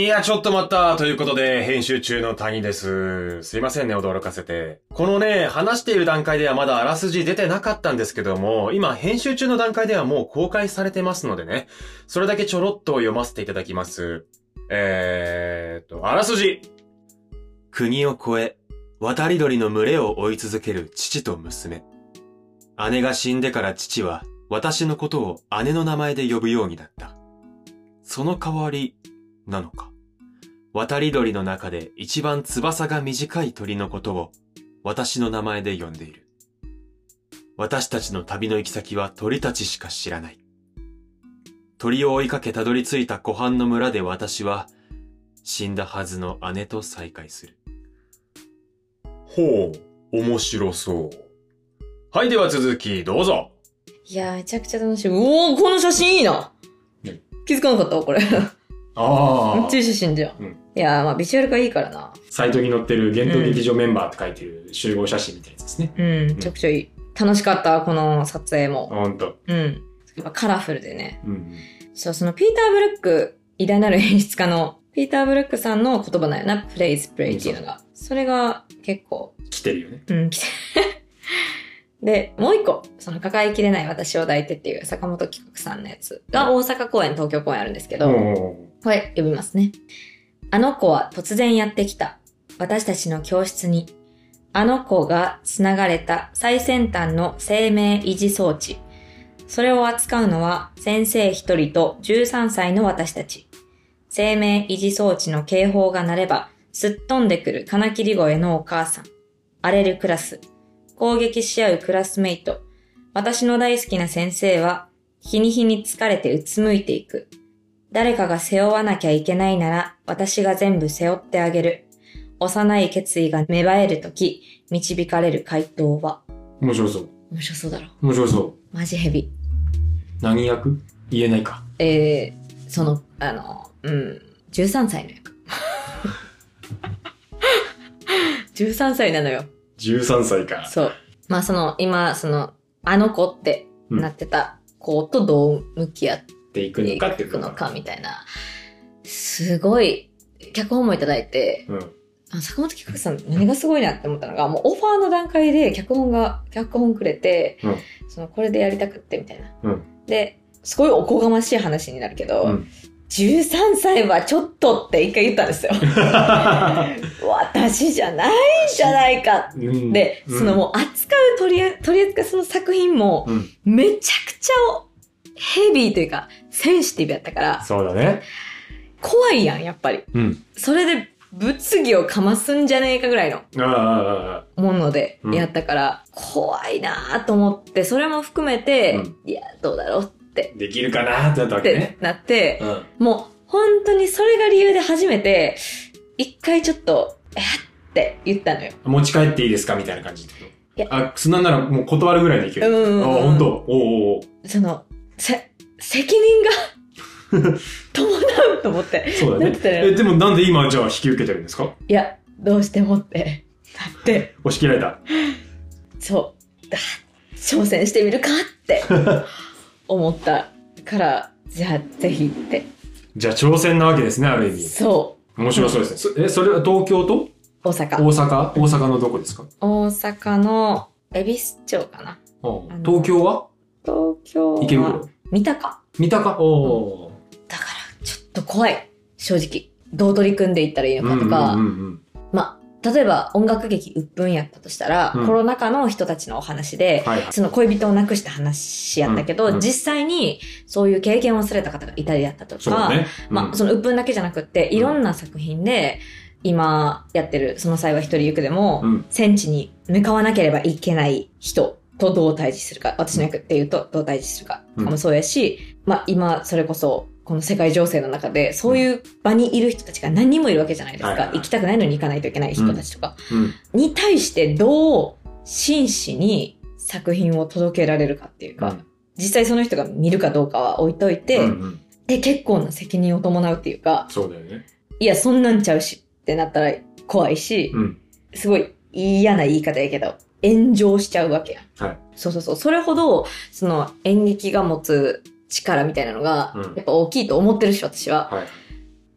Speaker 5: いや、ちょっと待った。ということで、編集中の谷です。すいませんね、驚かせて。このね、話している段階ではまだあらすじ出てなかったんですけども、今、編集中の段階ではもう公開されてますのでね、それだけちょろっと読ませていただきます。えーっと、あらすじ国を越え、渡り鳥の群れを追い続ける父と娘。姉が死んでから父は、私のことを姉の名前で呼ぶようになった。その代わり、なのか。渡り鳥の中で一番翼が短い鳥のことを私の名前で呼んでいる。私たちの旅の行き先は鳥たちしか知らない。鳥を追いかけたどり着いた湖畔の村で私は
Speaker 6: 死んだはずの姉と再会する。ほう、面白そう。はい、では続き、どうぞ。
Speaker 1: いやー、めちゃくちゃ楽しい。うおー、この写真いいな
Speaker 2: 何
Speaker 1: 気づかなかったこれ。めっ
Speaker 2: ああ
Speaker 1: ちゃいい写真じゃん。
Speaker 2: うん
Speaker 1: いやー、まあビジュアルがいいからな。
Speaker 2: サイトに載ってる幻冬劇場メンバーって書いてる集合写真みたいなやつですね。
Speaker 1: うん、めちゃくちゃいい。楽しかった、この撮影も。
Speaker 2: ほんと。
Speaker 1: うん。やっぱカラフルでね。
Speaker 2: うん。
Speaker 1: そう、そのピーター・ブルック、偉大なる演出家のピーター・ブルックさんの言葉だよな。プレイズ・プレイっていうのが。それが結構、
Speaker 2: 来てるよね。
Speaker 1: うん、来て。 [laughs] で、もう一個、その抱えきれない私を抱いてっていう坂本企画さんのやつが大阪公演、東京公演あるんですけど、
Speaker 2: うん。
Speaker 1: これ読みますね。あの子は突然やってきた。私たちの教室に。あの子がつながれた最先端の生命維持装置。それを扱うのは先生一人と13歳の私たち。生命維持装置の警報が鳴れば、すっ飛んでくる金切り声のお母さん。荒れるクラス。攻撃し合うクラスメイト。私の大好きな先生は、日に日に疲れてうつむいていく。誰かが背負わなきゃいけないなら、私が全部背負ってあげる。幼い決意が芽生えるとき、導かれる回答は。
Speaker 2: 面白そう。
Speaker 1: 面白そうだろ。
Speaker 2: 面白そ
Speaker 1: マジヘビ。
Speaker 2: う。何役言えないか。
Speaker 1: えー、その、あの、うん、13歳の役。13歳なのよ。
Speaker 2: 13歳か。
Speaker 1: そう。まあその、今、その、あの子ってなってた子とどう向き合っ
Speaker 2: っていく
Speaker 1: て
Speaker 2: の
Speaker 1: い
Speaker 2: かっていう
Speaker 1: くのかみたいな。すごい、脚本もいただいて、
Speaker 2: うん。
Speaker 1: あの坂本菊子さん何がすごいなって思ったのがもうオファーの段階で脚本が脚本くれて、
Speaker 2: うん
Speaker 1: そのこれでやりたくってみたいな、
Speaker 2: うん
Speaker 1: ですごいおこがましい話になるけど、
Speaker 2: うん
Speaker 1: 13歳はちょっとって一回言ったんです
Speaker 2: [laughs]
Speaker 1: よ私じゃないんじゃないか
Speaker 2: [laughs] うん
Speaker 1: で、その、もう扱う取りあ取り扱うその作品も
Speaker 2: うん。
Speaker 1: めちゃくちゃヘビーというかセンシティブやったから
Speaker 2: そうだね。
Speaker 1: 怖いやんやっぱり
Speaker 2: うん。
Speaker 1: それで物議をかますんじゃねえかぐらいの
Speaker 2: ああああ、ああ。
Speaker 1: もので
Speaker 2: うん
Speaker 1: やったから、怖いなと思って、それも含めて、
Speaker 2: うん
Speaker 1: いや、どうだろうって、
Speaker 2: できるかなってなったわ
Speaker 1: っ
Speaker 2: け
Speaker 1: て
Speaker 2: ね。
Speaker 1: なって、
Speaker 2: うん。
Speaker 1: もう本当にそれが理由で初めて、一回ちょっと、えっって言ったのよ。
Speaker 2: 持ち帰っていいですかみたいな感じってこと
Speaker 1: いや
Speaker 2: あ、そんなんならもう断るぐらいの勢い。
Speaker 1: うんうんうん
Speaker 2: あ、ほんと。おうおうおう
Speaker 1: その、せ、責任が、
Speaker 2: [laughs]
Speaker 1: 伴うと思って、
Speaker 2: そうだ
Speaker 1: だ
Speaker 2: ね
Speaker 1: っ。て
Speaker 2: え、でもなんで今じゃあ引き受けてるんですか
Speaker 1: いや、どうしてもって、なって、
Speaker 2: 押し切られた。
Speaker 1: そう、あ挑戦してみるか
Speaker 2: [laughs]
Speaker 1: って、思ったから、じゃあぜひって。
Speaker 2: じゃあ挑戦なわけですね、ある意味。
Speaker 1: そ
Speaker 2: 面白そうですね。そえ、それは東京と
Speaker 1: う、大
Speaker 2: 大
Speaker 1: 阪。
Speaker 2: 阪大阪のどこですか
Speaker 1: 大阪の恵比寿町かな
Speaker 2: うん
Speaker 1: あの
Speaker 2: 東京は
Speaker 1: 東京は
Speaker 2: 池袋。
Speaker 1: 見たか
Speaker 2: 三鷹おー。
Speaker 1: だからちょっと怖い正直どう取り組んでいったらいいのかとか、
Speaker 2: うんうんうん
Speaker 1: まあ例えば音楽劇うっぷんやったとしたら、
Speaker 2: うん
Speaker 1: コロナ禍の人たちのお話で、
Speaker 2: はいはい
Speaker 1: その恋人を亡くした話やったけど、
Speaker 2: うんうん
Speaker 1: 実際にそういう経験をされた方がいたりだったと
Speaker 2: そうだ
Speaker 1: か、
Speaker 2: ね。
Speaker 1: まあ、そのうっぷんだけじゃなくっていろんな作品で今やってる「その際は一人行く」でも、
Speaker 2: うん
Speaker 1: 戦地に向かわなければいけない人とどう対峙するか私の役っていうとどう対峙するかとかもそうやし、まあ、今それこそこの世界情勢の中でそういう場にいる人たちが何人もいるわけじゃないですか、
Speaker 2: はいはいはい
Speaker 1: 行きたくないのに行かないといけない人たちとか、
Speaker 2: うん
Speaker 1: に対してどう真摯に作品を届けられるかっていうか、
Speaker 2: うん
Speaker 1: 実際その人が見るかどうかは置いといて、
Speaker 2: うんうん
Speaker 1: で結構な責任を伴うっていうか
Speaker 2: そうだよね。
Speaker 1: いやそんなんちゃうしってなったら怖いし、
Speaker 2: うん
Speaker 1: すごい嫌な言い方やけど炎上しちゃうわけやん、
Speaker 2: はい
Speaker 1: そうそうそうそれほどその演劇が持つ力みたいなのが
Speaker 2: うん
Speaker 1: やっぱ大きいと思ってるし私は
Speaker 2: はい。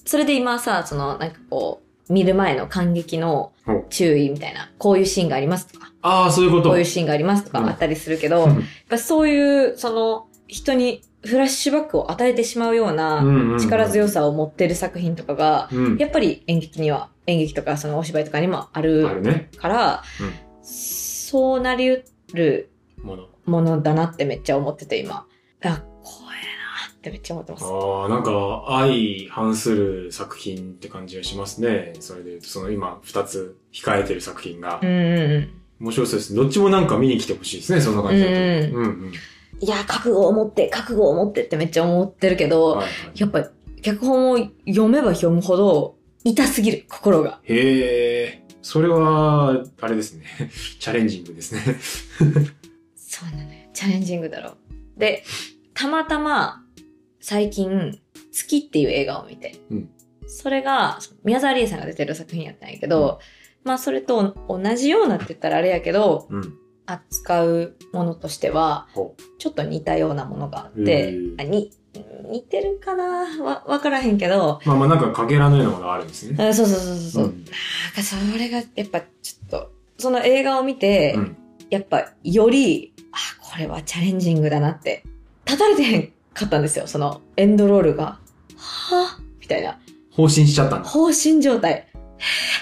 Speaker 1: それで今さそのなんかこう見る前の感激の
Speaker 2: うん
Speaker 1: 注意みたいなこういうシーンがありますとか
Speaker 2: ああ、そういうこと。
Speaker 1: こういうシーンがありますとか
Speaker 2: うん
Speaker 1: あったりするけど、やっぱそういうその人にフラッシュバックを与えてしまうような、力強
Speaker 2: さ。
Speaker 1: さを持ってる作品とかが、
Speaker 2: うん。
Speaker 1: やっぱり演劇には、演劇とかそのお芝居とかにもあ
Speaker 2: ある
Speaker 1: る
Speaker 2: ね。
Speaker 1: から、そうなりうる
Speaker 2: もの。
Speaker 1: ものだなってめっちゃ思ってて今。あ、怖えなってめっちゃ思ってます。
Speaker 2: ああ、なんか、相反する作品って感じがしますね。それで言うと、その今、二つ控えてる作品が
Speaker 1: うん。うんうん。
Speaker 2: 面白そうです。どっちもなんか見に来てほしいですね、そんな感じだと。
Speaker 1: うん
Speaker 2: うんうん。
Speaker 1: いや、覚悟を持って、覚悟を持ってってめっちゃ思ってるけど、
Speaker 2: はいはい
Speaker 1: やっぱり脚本を読めば読むほど、
Speaker 3: 痛すぎる、心が。
Speaker 2: へえ。それは、あれですね。 [laughs] チャレンジング
Speaker 3: [laughs]
Speaker 2: ですね。
Speaker 3: そうなのよ。チャレンジングだろう。で、たまたま、最近、月っていう映画を見て、
Speaker 2: うん
Speaker 3: それが、宮沢りえさんが出てる作品やったんやけど、まあ、それと同じようなって言ったらあれやけど、
Speaker 7: うん。
Speaker 3: 扱うものとしては
Speaker 2: ほ、
Speaker 3: ちょっと似たようなものがあっ
Speaker 2: へ
Speaker 3: て
Speaker 2: ー、
Speaker 3: あに似てるかなわ、わからへんけど、
Speaker 2: まあまあなんかかけらのようなものがあるんですね。
Speaker 3: あそうそうそうそう。う
Speaker 2: うん
Speaker 3: なんかそれが、やっぱちょっと、その映画を見て、
Speaker 2: うん
Speaker 3: やっぱより、あ、これはチャレンジングだなって、立たれてへんかったんですよ、そのエンドロールが。はぁみたいな。
Speaker 2: 放心しちゃったんだ。
Speaker 3: 放心状態。へ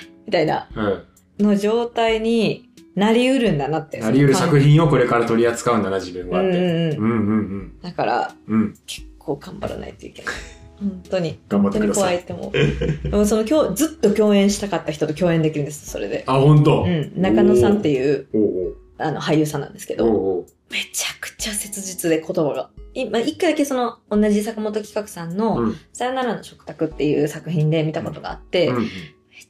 Speaker 3: ぇみたいな。
Speaker 2: うん。
Speaker 3: の状態になりうるんだなって。
Speaker 2: なり得る作品をこれから取り扱うんだな、自分は
Speaker 3: う
Speaker 2: っ
Speaker 3: んう
Speaker 2: て。
Speaker 3: んう
Speaker 2: う
Speaker 3: ん。
Speaker 2: んうん
Speaker 3: だから、
Speaker 2: うん。うん。
Speaker 3: 結構頑張らないとい
Speaker 2: [laughs]
Speaker 3: けない。本当に。
Speaker 2: 頑張
Speaker 3: 本
Speaker 2: って
Speaker 3: 当
Speaker 2: く
Speaker 3: に
Speaker 2: ださ
Speaker 3: 怖
Speaker 2: い
Speaker 3: いって思う。でもその今日、ずっと共演したかった人と共演できるんです、それで。
Speaker 2: あ、本当。
Speaker 3: うん、中野さんっていう
Speaker 2: おう
Speaker 3: あの俳優さんなんですけ
Speaker 2: おう。お
Speaker 3: ど、
Speaker 2: うおう。
Speaker 3: めちゃくちゃ切実で言葉が。今、一回だけその同じ坂本企画さんの、
Speaker 2: うん
Speaker 3: さよならの食卓っていう作品で見たことがあって、
Speaker 2: うん
Speaker 3: め
Speaker 2: うん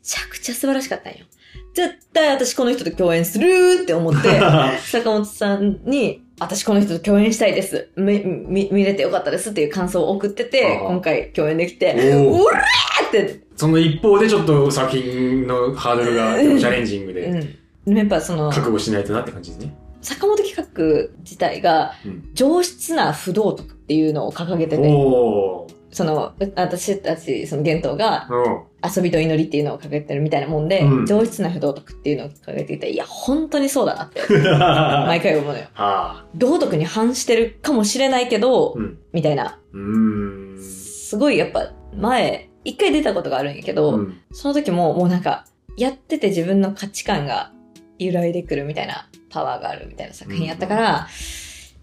Speaker 3: ちゃくちゃ素晴らしかったんよ。絶対私この人と共演するって思って、坂本さんに、私この人と共演したいです。み、み、見れてよかったですっていう感想を送ってて
Speaker 2: あ、あ
Speaker 3: 今回共演できて、
Speaker 2: [laughs] おう
Speaker 3: おらーって、
Speaker 2: その一方でちょっと作品のハードルがチャレンジングで
Speaker 3: うん。やっぱその、
Speaker 2: 覚悟しないとなって感じですね。
Speaker 3: 坂本企画自体が
Speaker 2: うん
Speaker 3: 上質な不道徳っていうのを掲げてて、
Speaker 2: おー
Speaker 3: そのう私たちその玄東が
Speaker 2: うん。
Speaker 3: 遊びと祈りっていうのを掲げてるみたいなもんで、
Speaker 2: うん
Speaker 3: 上質な不道徳っていうのを掲げていていや本当にそうだなって
Speaker 2: は
Speaker 3: 毎回思うのよ
Speaker 2: あ。
Speaker 3: 道徳に反してるかもしれないけど、
Speaker 2: うん
Speaker 3: みたいな
Speaker 2: うーん。
Speaker 3: すごいやっぱ前一回出たことがあるんやけど、
Speaker 2: うん
Speaker 3: その時ももうなんかやってて自分の価値観が揺らいでくるみたいなパワーがあるみたいな作品やったから、結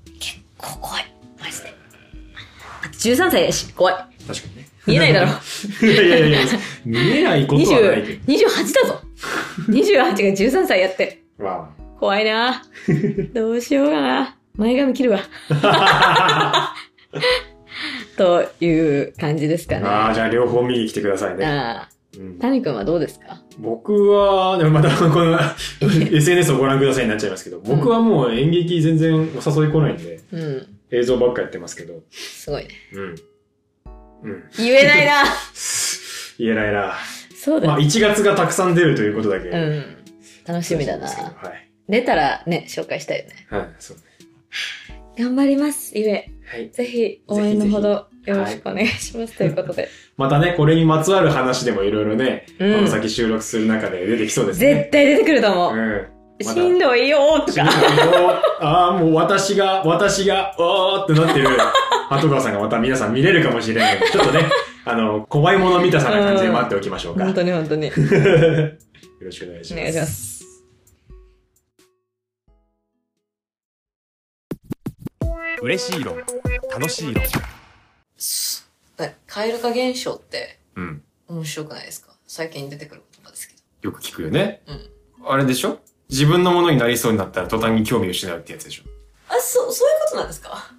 Speaker 3: 構怖いマジであと13歳やし怖い
Speaker 2: 確かにね。
Speaker 3: 見えない
Speaker 2: [laughs]
Speaker 3: だろ
Speaker 2: いやいやいやいや、見えないことはないけど。
Speaker 3: 28だぞ28が13歳やって
Speaker 2: わ
Speaker 3: 怖いなどうしようかな前髪切るわ
Speaker 2: [laughs] あ
Speaker 3: という感じですかね
Speaker 2: あー、じゃあ両方見に来てくださいね。
Speaker 3: あ
Speaker 2: うん
Speaker 3: 谷君はどうですか
Speaker 2: 僕は、でもまたこの SNS をご覧くださいになっちゃいますけど、僕はもう演劇全然お誘い来ないんで、
Speaker 3: うん
Speaker 2: 映像ばっかやってますけど、
Speaker 3: すごいね
Speaker 2: うん。うん。
Speaker 3: 言えないな
Speaker 2: [laughs] 言えないな。
Speaker 3: そうだ
Speaker 2: まあ
Speaker 3: ね、
Speaker 2: 1月がたくさん出るということだけ。
Speaker 3: うん楽しみだな
Speaker 2: そうなんですけどはい。
Speaker 3: 出たらね、紹介したいよね。
Speaker 2: はい、そうね。
Speaker 3: 頑張ります、ゆえ。
Speaker 2: はい。
Speaker 3: ぜひ応援のほど
Speaker 2: ひ
Speaker 3: よろしくお願いします。ということで。
Speaker 2: またね、これにまつわる話でもいろいろね、
Speaker 3: うん
Speaker 2: この先収録する中で出てきそうです
Speaker 3: 絶
Speaker 2: ね。
Speaker 3: 対出てくると思う。
Speaker 2: うん。まだ
Speaker 3: しんどいよーと
Speaker 2: しんど
Speaker 3: か。
Speaker 2: いよああ、もう私が、私が、おーってなってる、鳩川さんがまた皆さん見れるかもしれないので、ちょっとね、あの、怖いもの見たさな感じで待っておきましょうか。
Speaker 3: 本当
Speaker 2: よ
Speaker 3: に本当に。
Speaker 2: ろしくお願いします。
Speaker 3: お願いします。
Speaker 4: 嬉しい論、楽しい論。
Speaker 3: ル化現象って
Speaker 2: うん。
Speaker 3: 面白くないですか最近出てくる言葉ですけど。
Speaker 2: よく聞くよね。
Speaker 3: うん
Speaker 2: あれでしょ自分のものになりそうになったら途端に興味を失うってやつでしょ
Speaker 3: あ、そ、そういうことなんですか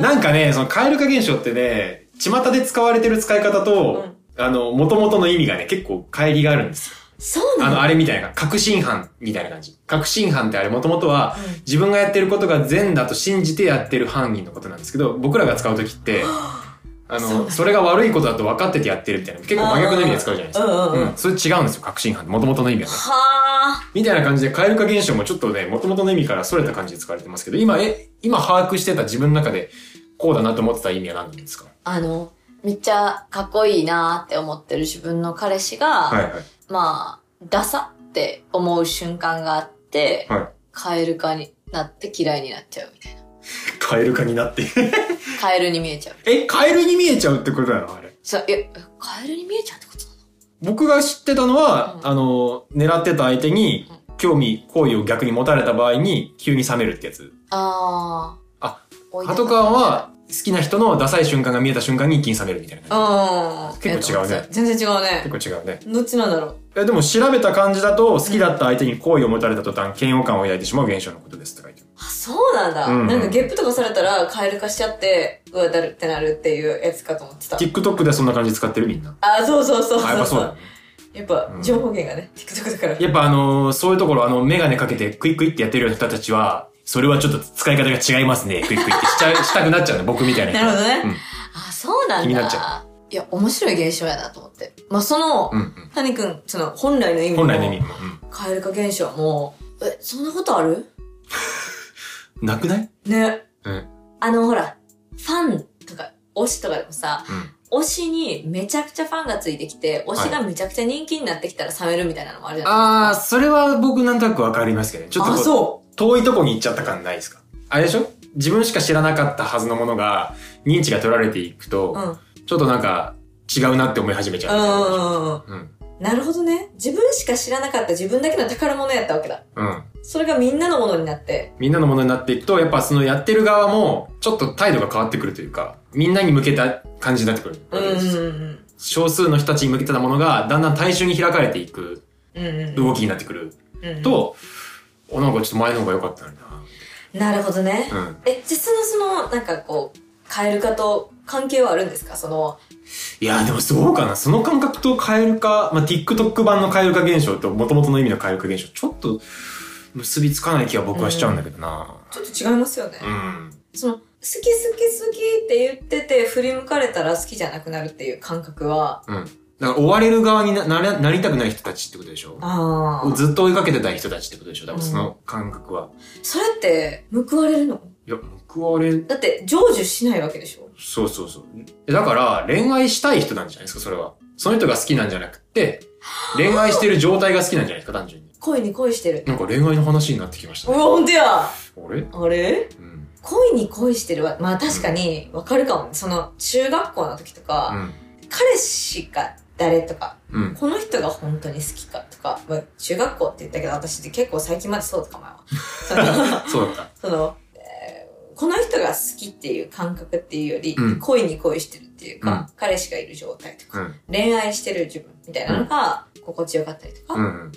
Speaker 2: なんかね、その蛙化現象ってね、巷で使われてる使い方と、あの、元々の意味がね、結構乖離があるんですよ。
Speaker 3: そう
Speaker 2: あ
Speaker 3: な
Speaker 2: の、
Speaker 3: の
Speaker 2: あれみたいな、確信犯みたいな感じ。確信犯ってあれ元々は、
Speaker 3: うん
Speaker 2: 自分がやってることが善だと信じてやってる範囲のことなんですけど、僕らが使うときって、あ
Speaker 3: そうなん
Speaker 2: の、
Speaker 3: だ
Speaker 2: それが悪いことだと分かっててやってるみたいな、結構真逆の意味で使うじゃないですか。
Speaker 3: うんうんうん
Speaker 2: それ違うんですよ、確信犯って元々の意味はね。
Speaker 3: はあ。
Speaker 2: みたいな感じで、蛙化現象もちょっとね、元々の意味から逸れた感じで使われてますけど、今、え、今把握してた自分の中で、こうだなと思ってた意味は何なんですか
Speaker 3: あの、めっちゃかっこいいなーって思ってる自分の彼氏が、
Speaker 2: はいはい。
Speaker 3: まあ、ダサって思う瞬間があって、
Speaker 2: はい
Speaker 3: カエル化になって嫌いになっちゃうみたいな。
Speaker 2: カエル化になって。
Speaker 3: カエルに見えちゃう。
Speaker 2: え、カエルに見えちゃうってことなのあれ。
Speaker 3: そう、え、カエルに見えちゃうってことなの
Speaker 2: 僕が知ってたのは、
Speaker 3: うん
Speaker 2: あの、狙ってた相手に、興味、好意を逆に持たれた場合に、急に冷めるってやつ。
Speaker 3: あー。
Speaker 2: あ、
Speaker 3: おいで
Speaker 2: ハトカンは、好きな人のダサい瞬間が見えた瞬間に一気に冷めるみたいな感
Speaker 3: うん。
Speaker 2: 結構違うね
Speaker 3: えっと全然違う
Speaker 2: じ。
Speaker 3: ね。
Speaker 2: 結構違うね。
Speaker 3: どっちなんだろう。
Speaker 2: え、でも調べた感じだと、好きだった相手に好意を持たれた途端、嫌悪感を抱いてしまう現象のことですって書いてある。
Speaker 3: あ、そうなんだ。
Speaker 2: うんうん
Speaker 3: なんかゲップとかされたらカエル化しちゃって、うわ、だるってなるっていうやつかと思ってた。
Speaker 2: TikTok でそんな感じで使ってるみんな。
Speaker 3: あ、そうそうそうそう。
Speaker 2: あ、やっぱそうだよね。
Speaker 3: やっぱ
Speaker 8: うん
Speaker 3: 情報源がね、TikTok だから。
Speaker 2: やっぱあのーそういうところ、あの、メガネかけてクイックイってやってるような人たちは、それはちょっと使い方が違いますね。クイックイってしち
Speaker 3: [laughs]
Speaker 2: ゃう、したくなっちゃうね。僕みたいな人。
Speaker 3: なるほどね。
Speaker 2: うん
Speaker 3: あ、そうなんだ。
Speaker 2: 気になっち
Speaker 3: いや、面白い現象やなと思って。まあ、その、
Speaker 2: うんうん。
Speaker 3: 谷くん、その、本来の意味
Speaker 2: 本来の意味。
Speaker 3: の蛙化現象も、え、そんなことある
Speaker 2: うんなくない
Speaker 3: ね。
Speaker 2: うん
Speaker 3: あの、ほら、ファンとか、推しとかでもさ、推しにめちゃくちゃファンがついてきて、推しがめちゃくちゃ人気になってきたら冷めるみたいなのもあるじゃ
Speaker 2: あ
Speaker 3: ない
Speaker 2: あ、
Speaker 3: です
Speaker 2: それは僕なんとなくわかりますけどね。ちょっ
Speaker 3: か。
Speaker 2: とこう
Speaker 3: そ
Speaker 2: 遠いとこに行っちゃった感ないですかあれでしょ自分しか知らなかったはずのものが、認知が取られていくと、
Speaker 3: う。うん。
Speaker 2: ちょっとなんか、違うなって思い始めちゃうみたいな。
Speaker 3: うん。
Speaker 2: うん。
Speaker 3: なるほどね。自分しか知らなかった自分だけの宝物やったわけだ。
Speaker 2: うん。
Speaker 3: それがみんなのものになって。
Speaker 2: みんなのものになっていくと、やっぱそのやってる側も、ちょっと態度が変わってくるというか、みんなに向けた感じになってくる
Speaker 3: う
Speaker 2: わ
Speaker 3: ん
Speaker 2: け
Speaker 3: う
Speaker 2: で
Speaker 3: ん
Speaker 2: す。
Speaker 3: うん。
Speaker 2: 少数の人たちに向けてたものが、だんだん大衆に開かれていく
Speaker 3: うんうん
Speaker 2: 動きになってくる
Speaker 3: うん。
Speaker 2: と、お、なんかちょっと前の方が良かったのに
Speaker 3: なるほどね。
Speaker 2: な。うん。
Speaker 3: え、実のその、なんかこう、カエル化と関係はあるんですかその、
Speaker 2: いやーでもそうかな。その感覚と蛙化、まあ、TikTok 版の蛙化現象と元々の意味の蛙化現象、ちょっと結びつかない気は僕はしちゃうんだけどな。
Speaker 3: ちょっと違いますよね。
Speaker 2: うん。
Speaker 3: その、好き好き好きって言ってて、振り向かれたら好きじゃなくなるっていう感覚は、
Speaker 2: うん。だから追われる側になならなりたくない人たちってことでしょ
Speaker 3: ああ。
Speaker 2: ずっと追いかけてた人たちってことでしょ多分その感覚は。
Speaker 3: それって、報われるの
Speaker 2: いや、報われ、
Speaker 3: だって、成就しないわけでしょ
Speaker 2: そうそうそう。えだから、恋愛したい人なんじゃないですか、それは。その人が好きなんじゃなく
Speaker 3: [gasps]
Speaker 2: て、恋愛してる状態が好きなんじゃないですか、単純に。
Speaker 3: 恋に恋してる。
Speaker 2: なんか恋愛の話になってきまし
Speaker 3: う
Speaker 2: た
Speaker 3: わ、
Speaker 2: ね。
Speaker 3: ほんとや
Speaker 2: あれ
Speaker 3: あれ
Speaker 2: うん。
Speaker 3: 恋に恋してるわ。まあ確かに、わかるかもね。その、中学校の時とか、彼氏が誰とか、
Speaker 2: うん。うん。
Speaker 3: この人が本当に好きかとか、まあ、中学校って言ったけど、私って結構最近までそうだったか前は。
Speaker 2: そうだった。
Speaker 3: その、そのえーこの人が好きっていう感覚っていうより、
Speaker 2: うん
Speaker 3: 恋に恋してるっていうか、彼氏がいる状態とか、
Speaker 2: うん。
Speaker 3: 恋愛してる自分みたいなのが心地よかったりとか、
Speaker 2: うん。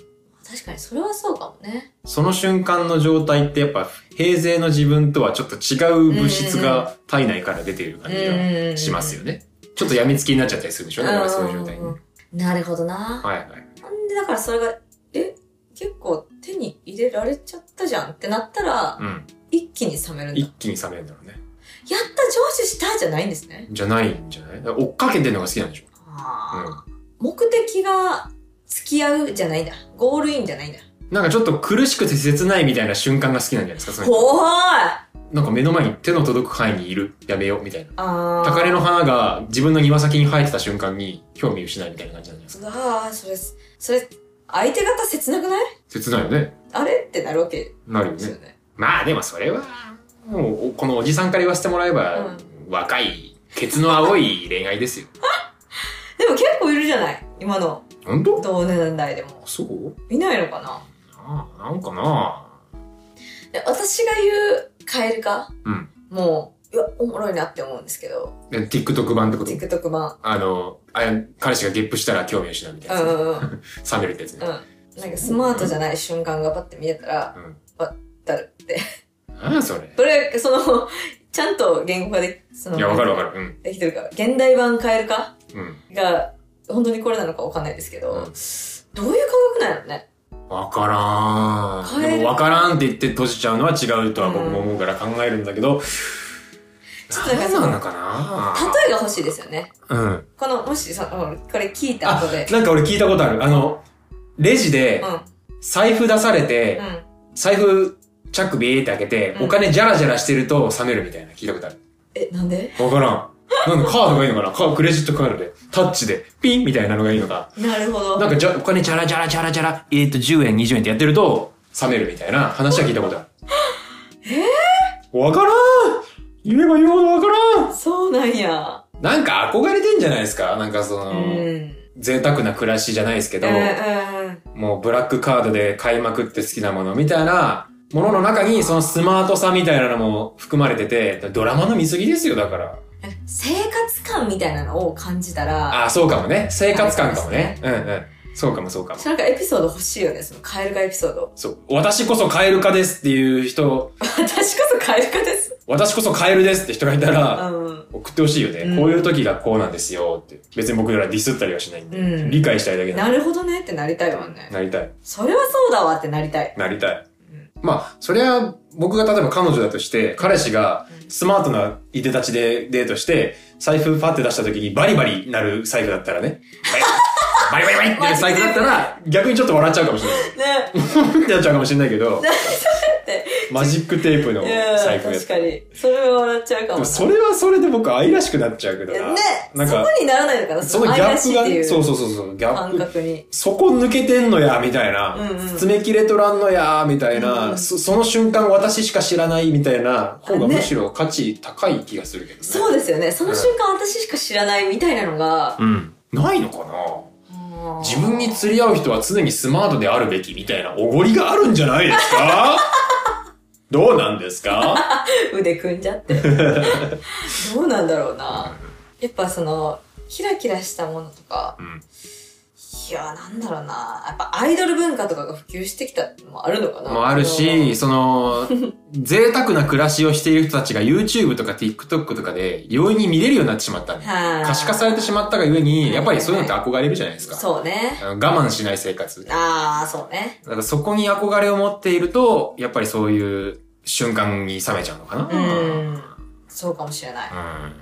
Speaker 3: 確かにそれはそうかもね。
Speaker 2: その瞬間の状態ってやっぱ平成の自分とはちょっと違う物質が体内から出ている感じが
Speaker 3: うん
Speaker 2: しますよ。ね。ちょっと病みつきになっちゃったりするんでしょだからそういう状態に。
Speaker 3: う
Speaker 2: は
Speaker 3: んなるほどな。
Speaker 2: いはい。
Speaker 3: なんでだからそれが、え、結構手に入れられちゃったじゃんってなったら、
Speaker 2: うん。
Speaker 3: 一気に冷めるんだ。
Speaker 2: 一気に冷めるんだろうね。
Speaker 3: やった、成就したじゃないんですね。
Speaker 2: じゃないんじゃないだから追っかけてるのが好きなんでしょ
Speaker 3: あー目的が付き合うじゃないんだ。ゴールインじゃないんだ。
Speaker 2: なんかちょっと苦しくて切ないみたいな瞬間が好きなんじゃないですかその人
Speaker 3: 怖い
Speaker 2: なんか目の前に手の届く範囲にいる。やめよう。みたいな。
Speaker 3: あー
Speaker 2: 高嶺の花が自分の庭先に生えてた瞬間に興味失いみたいな感じなんじゃないですか
Speaker 3: うわあ、それ、それ、相手方切なくない
Speaker 2: 切ないよね。
Speaker 3: あれってなるわけ
Speaker 2: なるよ
Speaker 3: ですよ
Speaker 2: ね。
Speaker 3: ね。
Speaker 2: まあでもそれは、もうおこのおじさんから言わせてもらえば、若い、ケツの青い恋愛ですよ。
Speaker 3: でも結構いるじゃない今の
Speaker 2: 本当
Speaker 3: 同年代でも。
Speaker 2: そう
Speaker 3: いないのかな
Speaker 2: なあ、なんかな
Speaker 3: で私が言うカエルか
Speaker 2: うん。
Speaker 3: もう、いや、おもろいなって思うんですけど、
Speaker 2: え TikTok 版ってこと
Speaker 3: TikTok 版。
Speaker 2: あの、あ彼氏がゲップしたら興味を失うみた
Speaker 3: う
Speaker 2: い
Speaker 3: ん
Speaker 2: な
Speaker 3: う
Speaker 2: や
Speaker 3: んうん。
Speaker 2: つ。冷めるってやつね。
Speaker 3: うん。なんかスマートじゃない瞬間がパッて見えたら、
Speaker 2: うん
Speaker 3: だるって。
Speaker 2: なんやそれ。
Speaker 3: これ、その、ちゃんと言語化で、その、
Speaker 2: いや、わかるわかる。うん。
Speaker 3: できてるから。現代版変えるか
Speaker 2: う
Speaker 3: が、本当にこれなのかわかんないですけど、
Speaker 2: うん
Speaker 3: どういう感覚なんやろね。
Speaker 2: ん。わからん。
Speaker 3: 変え
Speaker 2: で
Speaker 3: る
Speaker 2: も、わからんって言って閉じちゃうのは違うとは僕も思うから考えるんだけど、
Speaker 3: ちょっとなんか
Speaker 2: 何
Speaker 3: その
Speaker 2: なのかな
Speaker 3: 例えが欲しいですよね。
Speaker 2: うん。
Speaker 3: この、もし、その、これ聞いた
Speaker 2: あ
Speaker 3: 後で、。
Speaker 2: なんか俺聞いたことある。あの、レジで
Speaker 3: う、ん。
Speaker 2: 財布出されて
Speaker 3: う、ん。
Speaker 2: 財布、チャックビーって開けて、
Speaker 3: うん
Speaker 2: お金ジャラジャラしてると冷めるみたいな聞いたことある。
Speaker 3: え、なんで
Speaker 2: わからん。なんだ、カードがいいのかなカード、クレジットカードで、タッチで、ピンみたいなのがいいのか。
Speaker 3: なるほど。
Speaker 2: なんかじゃ、お金ジャラジャラジャラジャラ、えっと、10円、20円ってやってると、冷めるみたいな話は聞いたことある。 [laughs] えぇ、わからん言えば言うほどわからん
Speaker 3: そうなんや。
Speaker 2: なんか憧れてんじゃないですかなんかそ
Speaker 3: うん。
Speaker 2: の、
Speaker 3: うん。
Speaker 2: 贅沢な暮らしじゃないですけ
Speaker 3: う
Speaker 2: ど、
Speaker 3: ん。
Speaker 2: もうブラックカードで買いまくって好きなものみたいな、ものの中にそのスマートさみたいなのも含まれてて、ドラマの見過ぎですよ、だから。
Speaker 3: 生活感みたいなのを感じたら、
Speaker 2: ああ、そうかもね。生活感かもね。うんうん。そうかもそうかも
Speaker 3: ち。ょなんかエピソード欲しいよね、そのカエル化エピソード。 [laughs]
Speaker 2: そう。私こそカエル化ですっていう人
Speaker 3: 私こそカエル化です。
Speaker 2: 私こそカエルですって人がいたら、
Speaker 3: うん。
Speaker 2: 送ってほしいよね、
Speaker 3: うん
Speaker 2: こういう時がこうなんですよって。別に僕らディスったりはしないんで、
Speaker 3: うん
Speaker 2: 理解したいだけな
Speaker 3: なん
Speaker 2: で。
Speaker 3: るほどねってなりたいもんね。
Speaker 2: なりたい。
Speaker 3: それはそうだわってなりたい。
Speaker 2: なりたい。
Speaker 3: うん
Speaker 2: まあ、それは僕が例えば彼女だとして、彼氏が
Speaker 3: うん
Speaker 2: スマートないでたちでデートして、財布パッて出した時にバリバリなる財布だったら
Speaker 3: [laughs]
Speaker 2: ね。バリバリバリバリってなる財布だったら、逆にちょっと笑っちゃうかもしれない。
Speaker 3: ね。 [laughs]
Speaker 2: ってなっちゃうかもしれないけど、マジックテープの
Speaker 3: いや
Speaker 2: 財布やっ
Speaker 3: 確
Speaker 2: た
Speaker 3: かに。それは笑っちゃうか
Speaker 2: で
Speaker 3: も
Speaker 2: も
Speaker 3: な。
Speaker 2: それはそれで僕愛らしくなっちゃうけどな。
Speaker 3: ね。
Speaker 2: なん
Speaker 3: そ
Speaker 2: か
Speaker 3: こ、にならないのかな
Speaker 2: そのギャ
Speaker 3: 愛ら
Speaker 2: ッ
Speaker 3: し
Speaker 2: プ
Speaker 3: いっ
Speaker 2: が
Speaker 3: てい
Speaker 2: ね、
Speaker 3: う
Speaker 2: そうそうそうそう、ギャ
Speaker 3: 感
Speaker 2: ップ。
Speaker 3: 覚に。
Speaker 2: そこ抜けてんのや、みたいな。
Speaker 3: うんうん
Speaker 2: 詰め切れとらんのや、みたいな、
Speaker 3: うんうん
Speaker 2: そ。その瞬間私しか知らない、みたいな方が
Speaker 3: ね
Speaker 2: むしろ価値高い気がするけどね。
Speaker 3: そうですよね。その瞬間私しか知らないみたいなのが。
Speaker 2: うん。ないのかな自分に釣り合う人は常にスマートであるべきみたいなおごりがあるんじゃないですか
Speaker 3: [laughs]
Speaker 2: どうなんですか
Speaker 3: 腕組んじ
Speaker 2: [laughs]
Speaker 3: ゃって。どうなんだろうな。やっぱその、キラキラしたものとか、
Speaker 2: うん
Speaker 3: いや、なんだろうな。やっぱアイドル文化とかが普及してきたってのもあるのかな。
Speaker 2: もあるし、その、
Speaker 3: [laughs]
Speaker 2: 贅沢な暮らしをしている人たちが YouTube とか TikTok とかで容易に見れるようになってしまったんで
Speaker 3: はい、
Speaker 2: 可視化されてしまったがゆえに、やっぱりそういうのって憧れるじゃないですか。
Speaker 3: そうね。
Speaker 2: あの我慢しない生活。だ
Speaker 3: ああ、そうね。
Speaker 2: からそこに憧れを持っていると、やっぱりそういう瞬間に冷めちゃうのかな。
Speaker 3: う
Speaker 2: うん
Speaker 3: ん。そうかもしれない。
Speaker 2: うん。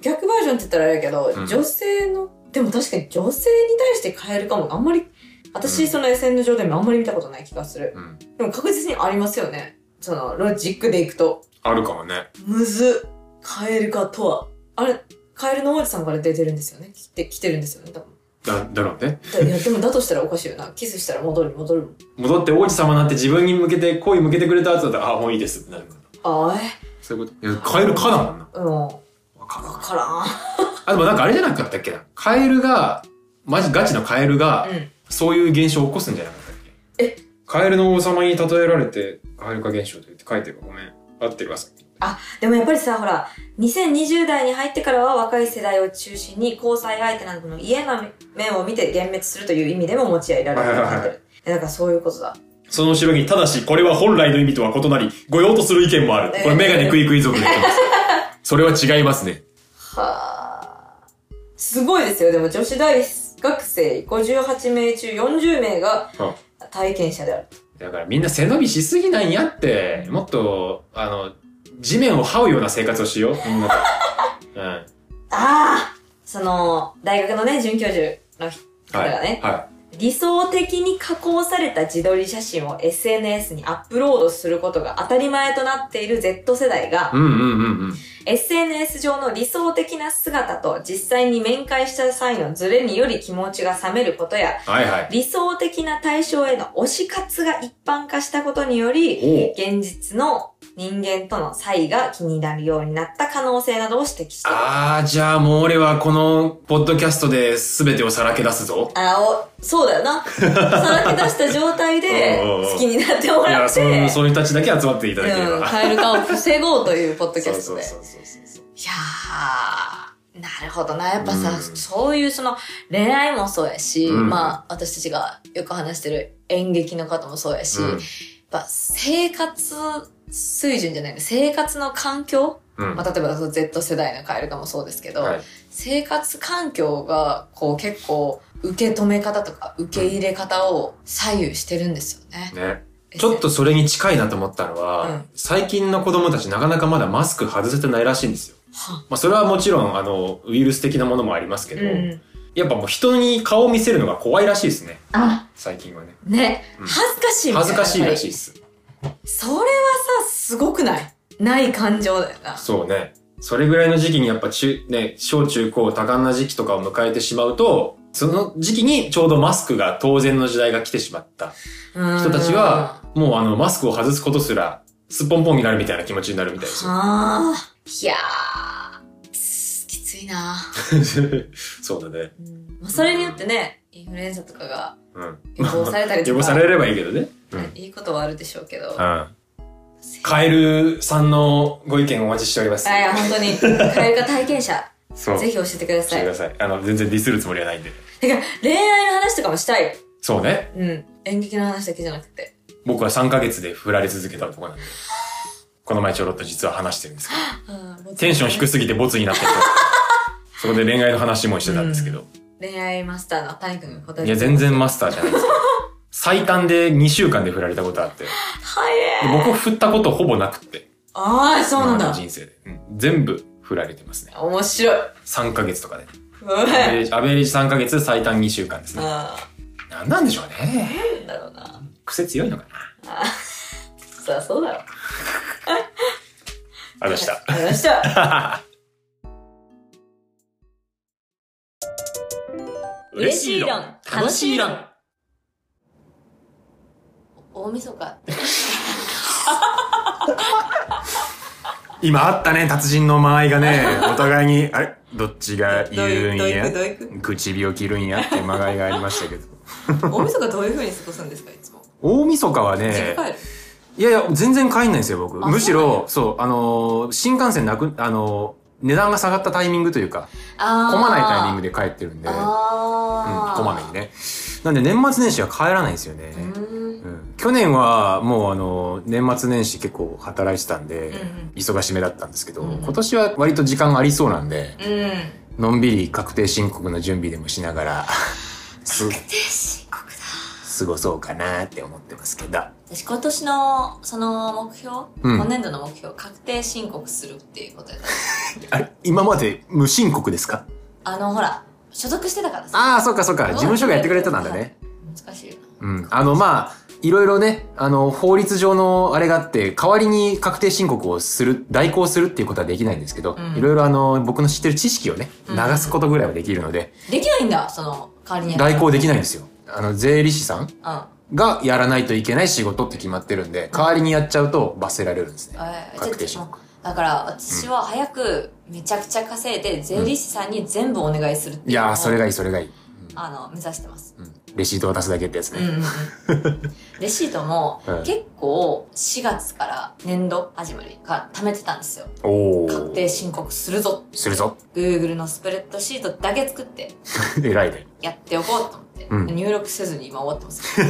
Speaker 3: 逆バージョンって言ったらあれやけど、
Speaker 2: うん
Speaker 3: 女性の、でも確かに女性に対して変えるかも。あんまり、
Speaker 2: う
Speaker 3: 私
Speaker 2: ん
Speaker 3: その SN 上でもあんまり見たことない気がする。
Speaker 2: うん。
Speaker 3: でも確実にありますよね。その、ロジックでいくと。
Speaker 2: あるかもね。
Speaker 3: むず、カエルかとは。あれ、カエルの王子さんから出てるんですよね。来て、来てるんですよね、多分。
Speaker 2: だ、だろうね。
Speaker 3: だいや、でもだとしたらおかしいよな。キスしたら戻る、戻るもん。
Speaker 2: 戻って王子様になって自分に向けて、恋向けてくれた後だったら、あ、もういいですってなるのかな。
Speaker 3: ああ、
Speaker 2: そういうこと。いや、カエルかだもんな。
Speaker 3: えうん。わ
Speaker 2: わかんない
Speaker 3: か
Speaker 2: あ、でもなんかあれじゃなかったっけな。カエルが、マジガチのカエルが
Speaker 3: らん。、うん。
Speaker 2: そういう現象を起こすんじゃなかったっけ
Speaker 3: え
Speaker 2: カエルの王様に例えられて、カエル化現象と言って書いてるわごめん。合ってるわ、さっき。
Speaker 3: でもやっぱりさ、ほら、2020代に入ってからは若い世代を中心に交際相手などの嫌な面を見て幻滅するという意味でも持ち合いられるようになってる。えだからそういうことだ。
Speaker 2: その後ろに、ただし、これは本来の意味とは異なり、御用とする意見もある。これメガネクイクイ族で言ってます。それは違います
Speaker 3: [laughs]
Speaker 2: ね。
Speaker 3: はあ。すごいですよ。でも女子大学生58名中40名が
Speaker 2: は
Speaker 3: 体験者である。
Speaker 2: だからみんな背伸びしすぎないんやって、もっと、あの、地面を這うような生活をしよう、みん
Speaker 3: [laughs]
Speaker 2: なと。うん。
Speaker 3: ああその、大学のね、准教授の人
Speaker 2: は
Speaker 3: が
Speaker 2: い。
Speaker 3: ね、
Speaker 2: は
Speaker 3: 理想的に加工された自撮り写真を SNS にアップロードすることが当たり前となっている Z 世代が
Speaker 2: い。、うんうんうんうん。
Speaker 3: SNS 上の理想的な姿と実際に面会した際のズレにより気持ちが冷めることや、
Speaker 2: はいはい。
Speaker 3: 理想的な対象への推し活が一般化したことにより、
Speaker 2: おう
Speaker 3: 現実の人間との差異が気になるようになった可能性などを指摘している。
Speaker 2: あー、じゃあもう俺はこの、ポッドキャストで全てをさらけ出すぞ。
Speaker 3: あお、そうだ
Speaker 2: [laughs]
Speaker 3: よな。さらけ出した状態で
Speaker 2: うんうんうん
Speaker 3: 好きになっても
Speaker 2: い
Speaker 3: ら
Speaker 2: や、
Speaker 3: って、
Speaker 2: そう、そういう人たちだけ集まっていただけれ
Speaker 3: うん、
Speaker 2: ば。
Speaker 3: カエル化を防ごうというポッドキ
Speaker 2: そう
Speaker 3: ャスト
Speaker 2: そう
Speaker 3: で。
Speaker 2: そうそうそう。
Speaker 3: いやー、なるほどな。やっぱさ、
Speaker 2: うん
Speaker 3: そういうその恋愛もそうやし、
Speaker 2: うん
Speaker 3: まあ私たちがよく話してる演劇の方もそうやし、
Speaker 2: うん
Speaker 3: やっぱ生活水準じゃないの生活の環境、
Speaker 2: うん
Speaker 3: まあ例えばその Z 世代のカエルかもそうですけど、
Speaker 2: はい
Speaker 3: 生活環境がこう結構受け止め方とか受け入れ方を左右してるんですよね。
Speaker 2: ね。ちょっとそれに近いなと思ったのは、
Speaker 3: うん
Speaker 2: 最近の子供たちなかなかまだマスク外せてないらしいんですよ。
Speaker 3: は
Speaker 2: まあそれはもちろん、あの、ウイルス的なものもありますけ
Speaker 3: う
Speaker 2: ど、
Speaker 3: ん。
Speaker 2: やっぱもう人に顔を見せるのが怖いらしいですね。
Speaker 3: あ、
Speaker 2: 最近はね。
Speaker 3: ね、
Speaker 2: うん
Speaker 3: 恥ずかしいみた
Speaker 2: 恥ず
Speaker 3: な
Speaker 2: かしいらしいです。
Speaker 3: それはさ、すごくないない感情だよな。
Speaker 2: そうね。それぐらいの時期にやっぱ中、ね、小中高多感な時期とかを迎えてしまうと、その時期にちょうどマスクが当然の時代が来てしまった
Speaker 3: うん
Speaker 2: 人たちは、もうあの、マスクを外すことすら、すっぽんぽんになるみたいな気持ちになるみたいですよ。
Speaker 3: はあ。いやー、つきついな、
Speaker 2: [laughs] そうだね。
Speaker 3: うんまあ、それによってね、インフルエンザとかが
Speaker 2: うん。
Speaker 3: 予防された
Speaker 2: [laughs]
Speaker 3: りと
Speaker 2: 汚
Speaker 3: か、
Speaker 2: されればいいけどね。うん。
Speaker 3: ねいいことはあるでしょうけど。
Speaker 2: うん。カエルさんのご意見お待ちしております。
Speaker 3: あいや、本当に、カエル化
Speaker 2: [laughs]
Speaker 3: 体験者、
Speaker 2: そう。
Speaker 3: ぜひ教えてくだ
Speaker 2: して
Speaker 3: さい。
Speaker 2: くだ
Speaker 3: だか
Speaker 2: さい。あの、全然ディスるつもりはないんで。
Speaker 3: ら、恋愛の話とかもしたい。
Speaker 2: そうね。
Speaker 3: うん。演劇の話だけじゃなくて。
Speaker 2: 僕は3ヶ月で振られ続けた男なんで。この前ちょろっと実は話してるんですけど、
Speaker 3: うん
Speaker 2: テンション低すぎてボツになってて、そこで恋愛の話もしてたんですけど、
Speaker 3: 恋愛マスターの谷君が答えて
Speaker 2: いや、全然マスターじゃないですよ。最短で2週間で振られたことあって、で
Speaker 3: はいえ
Speaker 2: 僕振ったことほぼなくって、
Speaker 3: ああそうなん
Speaker 2: 今
Speaker 3: だ
Speaker 2: の人生で、うん全部振られてますね。
Speaker 3: 面白い
Speaker 2: 3ヶ月と
Speaker 3: [laughs]
Speaker 2: かで。
Speaker 3: うわ
Speaker 2: アベレージアベレージ3ヶ月、最短2週間ですね。
Speaker 3: あ
Speaker 2: なんなんでしょうね。
Speaker 3: ーなんだろうな
Speaker 2: 癖強いのかな。
Speaker 3: そりゃそうだろ
Speaker 2: ありました。
Speaker 3: あり
Speaker 2: [laughs]
Speaker 3: ました
Speaker 9: 嬉しい論楽しい論
Speaker 3: 大晦日
Speaker 2: 今あったね、達人の間合いが
Speaker 3: [laughs]
Speaker 2: ね、お互いに、あれどっちが言うん
Speaker 3: どうい
Speaker 2: や
Speaker 3: くどういくどう
Speaker 2: 唇を切るんやっていう間合いがありました
Speaker 3: [laughs]
Speaker 2: けど。
Speaker 3: 大晦日どういう風に過ごすんですかいつも
Speaker 2: 大晦日はね、
Speaker 3: 実家帰る
Speaker 2: いやいや、全然帰んないですよ、僕。
Speaker 3: あ
Speaker 2: むしろ、そう、あのー新幹線なく、あのー値段が下がったタイミングというか、
Speaker 3: あ
Speaker 2: 混まないタイミング
Speaker 3: で
Speaker 2: で帰ってるんで、うん、こ
Speaker 3: ああ
Speaker 2: まめにね。なんで年末年始は帰らないんですよね。
Speaker 3: うん
Speaker 2: うん去年はもうあの、年末年始結構働いてたんで、
Speaker 3: うんうん
Speaker 2: 忙しめだったんですけど、
Speaker 3: うん
Speaker 2: 今年は割と時間ありそうなんで、
Speaker 3: うん
Speaker 2: のんびり確定申告の準備でもしながら、す、
Speaker 3: で申告だ
Speaker 2: 過ごそうかなって思ってますけど。
Speaker 3: 私今年のその目標、
Speaker 2: うん
Speaker 3: 今年度の目標確定申告するっていうことやった
Speaker 2: あれ、今まで無申告ですか
Speaker 3: あのほら所属してたからさ
Speaker 2: ああ、そっかそっか。事務所がやってくれてたんだね。
Speaker 3: 難しいよな
Speaker 2: うん。あの、まあ、いろいろね、あの、法律上のあれがあって、代わりに確定申告をする、代行するっていうことはできないんですけど、
Speaker 3: うん
Speaker 2: いろいろあの、僕の知ってる知識をね、
Speaker 3: うん
Speaker 2: 流すことぐらいはできるので、
Speaker 3: できないんだその代わりに
Speaker 2: 代行できないんで
Speaker 3: うん
Speaker 2: すよ。あの、税理士さんがやらないといけない仕事って決まってるんで、代わりにやっちゃうと罰せられるんですね。
Speaker 3: えー
Speaker 2: 確定
Speaker 3: ち
Speaker 2: 申
Speaker 3: ょっと
Speaker 2: 告。
Speaker 3: だから私は早くめちゃくちゃ稼いで税理士さんに全部お願いするって
Speaker 2: い
Speaker 3: いうのを
Speaker 2: やー、それがいい、それがいい。
Speaker 3: あの目指してます
Speaker 2: うん。レシートを出すだけってやつ
Speaker 3: うんうん
Speaker 2: ね。
Speaker 3: うん
Speaker 2: [laughs]
Speaker 3: レシートも
Speaker 2: うん
Speaker 3: 結構4月から年度始まりから貯めてたんですよ
Speaker 2: おお。
Speaker 3: 確定申告するぞ
Speaker 2: するぞ。 [laughs]
Speaker 3: Google のスプレッドシートだけ作って
Speaker 2: 偉い
Speaker 3: [laughs]
Speaker 2: ね。
Speaker 3: やっておこうと思って、
Speaker 2: うん
Speaker 3: 入力せずに今終わってます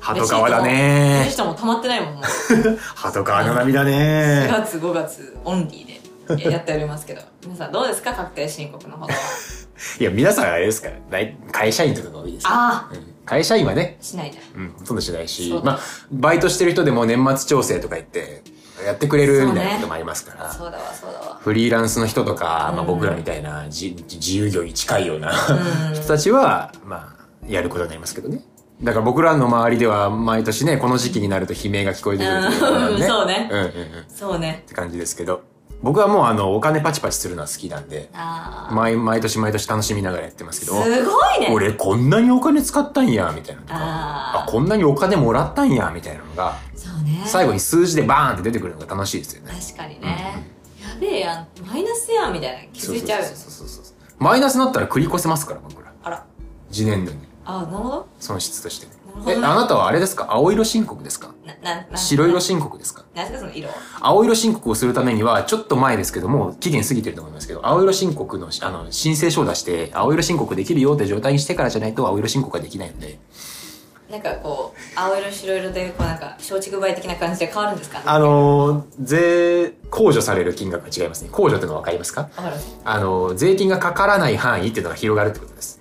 Speaker 2: 鳩川だ
Speaker 3: その
Speaker 2: ね
Speaker 3: 人も溜まってないもん
Speaker 2: [laughs]
Speaker 3: もう
Speaker 2: ー。鳩川の波だね
Speaker 3: 4
Speaker 2: ー。
Speaker 3: 月5月オンリーでやっておりますけど皆さんどうですか確定申告の
Speaker 2: [laughs]
Speaker 3: ほどは
Speaker 2: いや、皆さんあれですから、大会社員とかが多いですから。
Speaker 3: あ
Speaker 2: うん会社員はね
Speaker 3: あ、しないじゃん
Speaker 2: うん、ほとんどしないし
Speaker 3: そう、だ
Speaker 2: まあ、バイトしてる人でも年末調整とか言って、やってくれるみたいなこともありますから、
Speaker 3: そうだわそうだわ
Speaker 2: フリーランスの人とか、ま
Speaker 3: う
Speaker 2: あ
Speaker 3: ん
Speaker 2: 僕らみたいな、じ自由業に近いような
Speaker 3: うん
Speaker 2: 人たちは、まあ、やることになりますけどね。だから僕らの周りでは毎年ね、この時期になると悲鳴が聞こえてくるというか
Speaker 3: うんそうね
Speaker 2: うんうんうん。っ
Speaker 3: そうね
Speaker 2: て感じですけど、僕はもうあの、お金パチパチするのは好きなんで、
Speaker 3: あ
Speaker 2: 毎毎年毎年楽しみながらやってます
Speaker 3: あ
Speaker 2: け
Speaker 3: す
Speaker 2: ど、
Speaker 3: ごいね
Speaker 2: 俺こんなにお金使ったんや、みたいなとか、
Speaker 3: あ
Speaker 2: あ
Speaker 3: ー
Speaker 2: こんなにお金もらったんや、みたいなのが、
Speaker 3: そうね
Speaker 2: 最後に数字でバーンって出てくるのが楽しいですよね。
Speaker 3: 確かにね、やべえやんマイナスやんみたいな気づいちゃうよね
Speaker 2: そうそうそうそうそうマイナスになったら繰り越せますから、僕ら。
Speaker 3: あら
Speaker 2: 次年度に、
Speaker 3: ああなるほど
Speaker 2: 損失としてね
Speaker 3: なる。ほ
Speaker 2: え、
Speaker 3: ど
Speaker 2: あ
Speaker 3: ね
Speaker 2: なたはあれですか青色申告ですか
Speaker 3: ななな
Speaker 2: 白色申告ですか
Speaker 3: 何ですかその色
Speaker 2: 青色申告をするためには、ちょっと前ですけども、期限過ぎてると思いますけど、青色申告の、あの、申請書を出して、青色申告できるよって状態にしてからじゃないと、青色申告ができないので。
Speaker 3: なんかこう青色白色でこうなんか松竹梅的な感じで変わるんですかね
Speaker 2: あのー税、控除される金額が違いますね。控除ってのは分かりますか
Speaker 3: わかる
Speaker 2: あのー税金がかからない範囲っていうのが広がるってことです。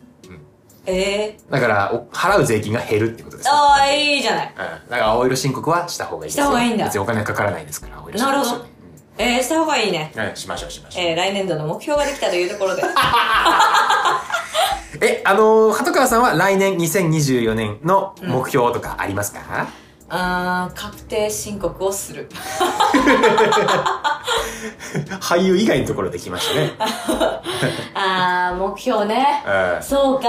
Speaker 3: ええ
Speaker 2: だから、お払う税金が減るってことです、ね。
Speaker 3: ああいいじゃない
Speaker 2: うん。だから、青色申告はした方がいいですよ。
Speaker 3: した方がいいんだ
Speaker 2: 別にお金かからないですから、青色申告しようね
Speaker 3: えー、した方がいいね
Speaker 2: うん、しましょう、しましょう。
Speaker 3: えー、来年度の目標ができたというとこ [laughs] ろで
Speaker 2: え、あのー、鳩川さんは来年2024年の目標とかありますか、
Speaker 3: あー確定申告をする
Speaker 2: 俳優以外のところできましたね。
Speaker 3: あー目標ね
Speaker 2: [laughs] うん
Speaker 3: そうか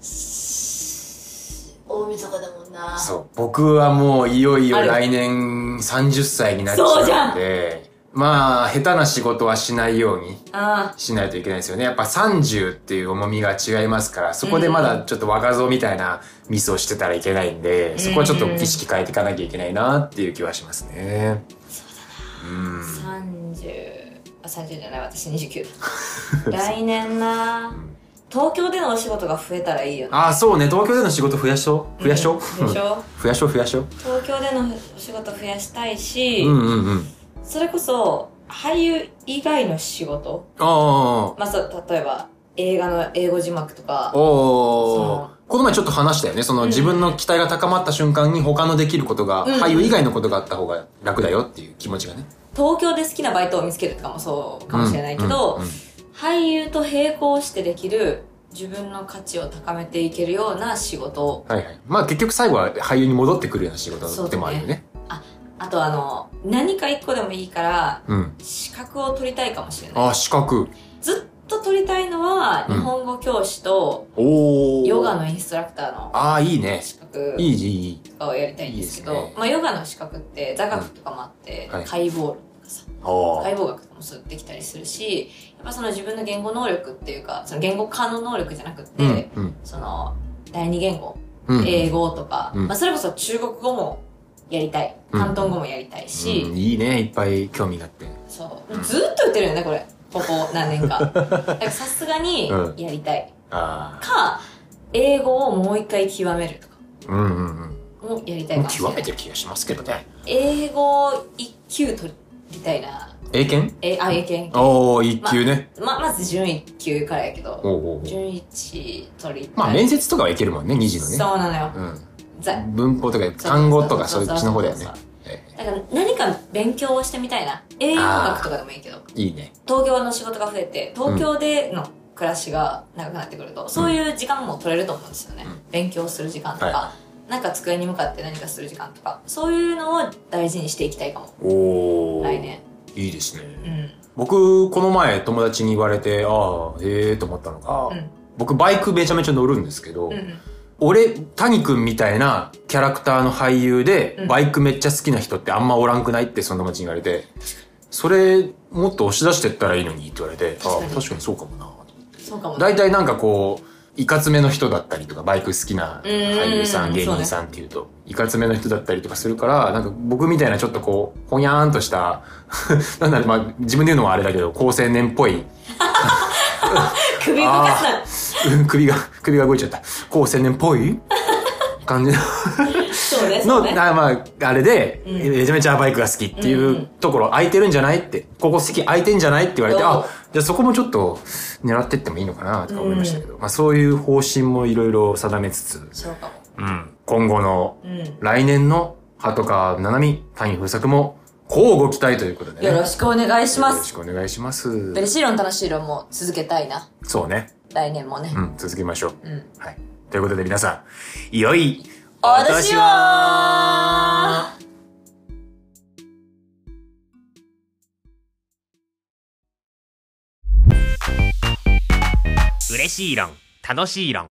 Speaker 3: し大晦日だもんな
Speaker 2: そう。僕はもういよいよ
Speaker 3: ある
Speaker 2: 来年30歳になっちゃうので、まあ、下手な仕事はしないように
Speaker 3: あ
Speaker 2: しないといけないですよね。やっぱ30っていう重みが違いますから、そこでまだちょっと若造みたいなミスをしてたらいけないんで、そこはちょっと意識変えていかなきゃいけないなっていう気はしますね。
Speaker 3: ー30あ30じゃない私29だ来年な東京でのお仕事が増えたらいいよね。
Speaker 2: ああ、そうね。東京での仕事増やしょう。増やしょう。
Speaker 3: でしょ
Speaker 2: 増やしょう、増やしょう。
Speaker 3: 東京でのお仕事増やしたいし、
Speaker 2: うんうんうん。
Speaker 3: それこそ俳優以外の仕事、
Speaker 2: ああ
Speaker 3: まあ、そう例えば映画の英語字幕とか
Speaker 2: ああ。、お
Speaker 3: そ
Speaker 2: ーこの前ちょっと話したよね。その
Speaker 3: うん
Speaker 2: 自分の期待が高まった瞬間に他のできることが、
Speaker 3: うん
Speaker 2: 俳優以外のことがあった方が楽だよっていう気持ちがね。
Speaker 3: 東京で好きなバイトを見つけるとかもそうかもしれないけ
Speaker 2: う
Speaker 3: ど
Speaker 2: んうん、
Speaker 3: 俳優と並行してできる自分の価値を高めていけるような仕事
Speaker 2: はいはい。まあ結局最後は俳優に戻ってくるような仕事でもあるよね。
Speaker 3: あとあの何か一個でもいいから
Speaker 2: うん。
Speaker 3: 資格を取りたいかもしれない
Speaker 2: ああ、資格。
Speaker 3: ずっと取りたいのは
Speaker 2: うん
Speaker 3: 日本語教師と
Speaker 2: おお。
Speaker 3: ヨガのインストラクターの
Speaker 2: ああ、いいね。
Speaker 3: 資格
Speaker 2: いい、いい、いい。
Speaker 3: とかをやりたいんですけど
Speaker 2: いいですね
Speaker 3: まあ、ヨガの資格って座学とかもあって、
Speaker 2: うんはい
Speaker 3: 解剖論とかさ
Speaker 2: ああ。
Speaker 3: 解剖学とかもそうできたりするしやっぱその自分の言語能力っていうかその言語化の能力じゃなくって、
Speaker 2: うん、うん、
Speaker 3: その第二言語、
Speaker 2: うん。
Speaker 3: 英語とか、
Speaker 2: うん
Speaker 3: まあ、それこそ中国語もやりたい
Speaker 2: うん
Speaker 3: 広東語もやりたいし、
Speaker 2: うんいいね。いっぱい興味があって。
Speaker 3: そうずっと言ってるよねこれここ何年
Speaker 2: [laughs]
Speaker 3: かだからさすがに
Speaker 2: うん
Speaker 3: やりたい、
Speaker 2: あ
Speaker 3: か英語をもう一回極めるとか
Speaker 2: あ。うん、うん、うん。
Speaker 3: もやりたいかもしれ
Speaker 2: 極
Speaker 3: な
Speaker 2: め
Speaker 3: い
Speaker 2: てる気がしますけどね。
Speaker 3: 英語一級取りたいな
Speaker 2: 英検
Speaker 3: えあ英検
Speaker 2: おお、一級ね。
Speaker 3: ままず準一級からやけど
Speaker 2: おうおうおう
Speaker 3: 準一取りたい
Speaker 2: まあ面接とかはいけるもんね、2時のね。
Speaker 3: そうなのよ、ざ
Speaker 2: うん。文法とか単語とかそう
Speaker 3: う
Speaker 2: いうっちの方だよね
Speaker 3: そうそう。
Speaker 2: え
Speaker 3: だから何か勉強をしてみたいな英語学とかでもいいけど
Speaker 2: えいいね。
Speaker 3: 東京の仕事が増えて東京での暮らしが長くなってくると、そういう時間も取れると思うんですよね、
Speaker 2: ん
Speaker 3: 勉強する時間とか、
Speaker 2: は
Speaker 3: なんか机に向かって何かする時間とかそういうのを大事にしていきたいかも
Speaker 2: おお。
Speaker 3: 来年
Speaker 2: いいですね。
Speaker 3: うん
Speaker 2: 僕、この前友達に言われて、ああ、ええと思ったのが、
Speaker 3: うん
Speaker 2: 僕バイクめちゃめちゃ乗るんですけど、
Speaker 3: うん
Speaker 2: 俺、谷くんみたいなキャラクターの俳優で、
Speaker 3: うん
Speaker 2: バイクめっちゃ好きな人ってあんまおらんくないってその友達に言われて、それ、もっと押し出してったらいいのにって言われて、
Speaker 3: 確か
Speaker 2: あ
Speaker 3: に
Speaker 2: あ、確かにそうかもなと
Speaker 3: そうかもね
Speaker 2: 大体なんかこう、いかつめの人だったりとか、バイク好きな俳優さ、
Speaker 3: うんん
Speaker 2: 芸人さんっていうと、いかつめの人だったりとかするから、なんか僕みたいなちょっとこう、ほにゃーんとした、 [laughs] なんだろう、まあ自分で言うのもあれだけど、高青年っぽい、
Speaker 3: 首動かすな
Speaker 2: うん [laughs] 首が、首が動いちゃった。高青年っぽい感じの、
Speaker 3: そうねそ
Speaker 2: の、
Speaker 3: うね
Speaker 2: あまあ、あれで、
Speaker 3: うん
Speaker 2: めちゃめちゃバイクが好きってい
Speaker 3: うんう
Speaker 2: うんところ、空いてるんじゃないって、ここ席空いてんじゃないって言われて、
Speaker 3: そう
Speaker 2: あ、じゃあそこもちょっと狙ってってもいいのかなとか思いましたけど、まあそういう方針もいろいろ定めつつ、
Speaker 3: そうかも
Speaker 2: うん、今後の
Speaker 3: うん
Speaker 2: 来年の鳩川七海、谷風作も、こうご期待ということでね。
Speaker 3: よろしくお願いしま
Speaker 2: よろ
Speaker 3: す
Speaker 2: しくお願いします
Speaker 3: ベ。ルシーロン楽しいロンも続けたいな
Speaker 2: そうね。
Speaker 3: 来年もね
Speaker 2: うん、続けましょう。
Speaker 3: うん
Speaker 2: はい。ということで皆さん、良い
Speaker 3: お年
Speaker 2: は
Speaker 3: を
Speaker 4: 嬉しい論楽しい論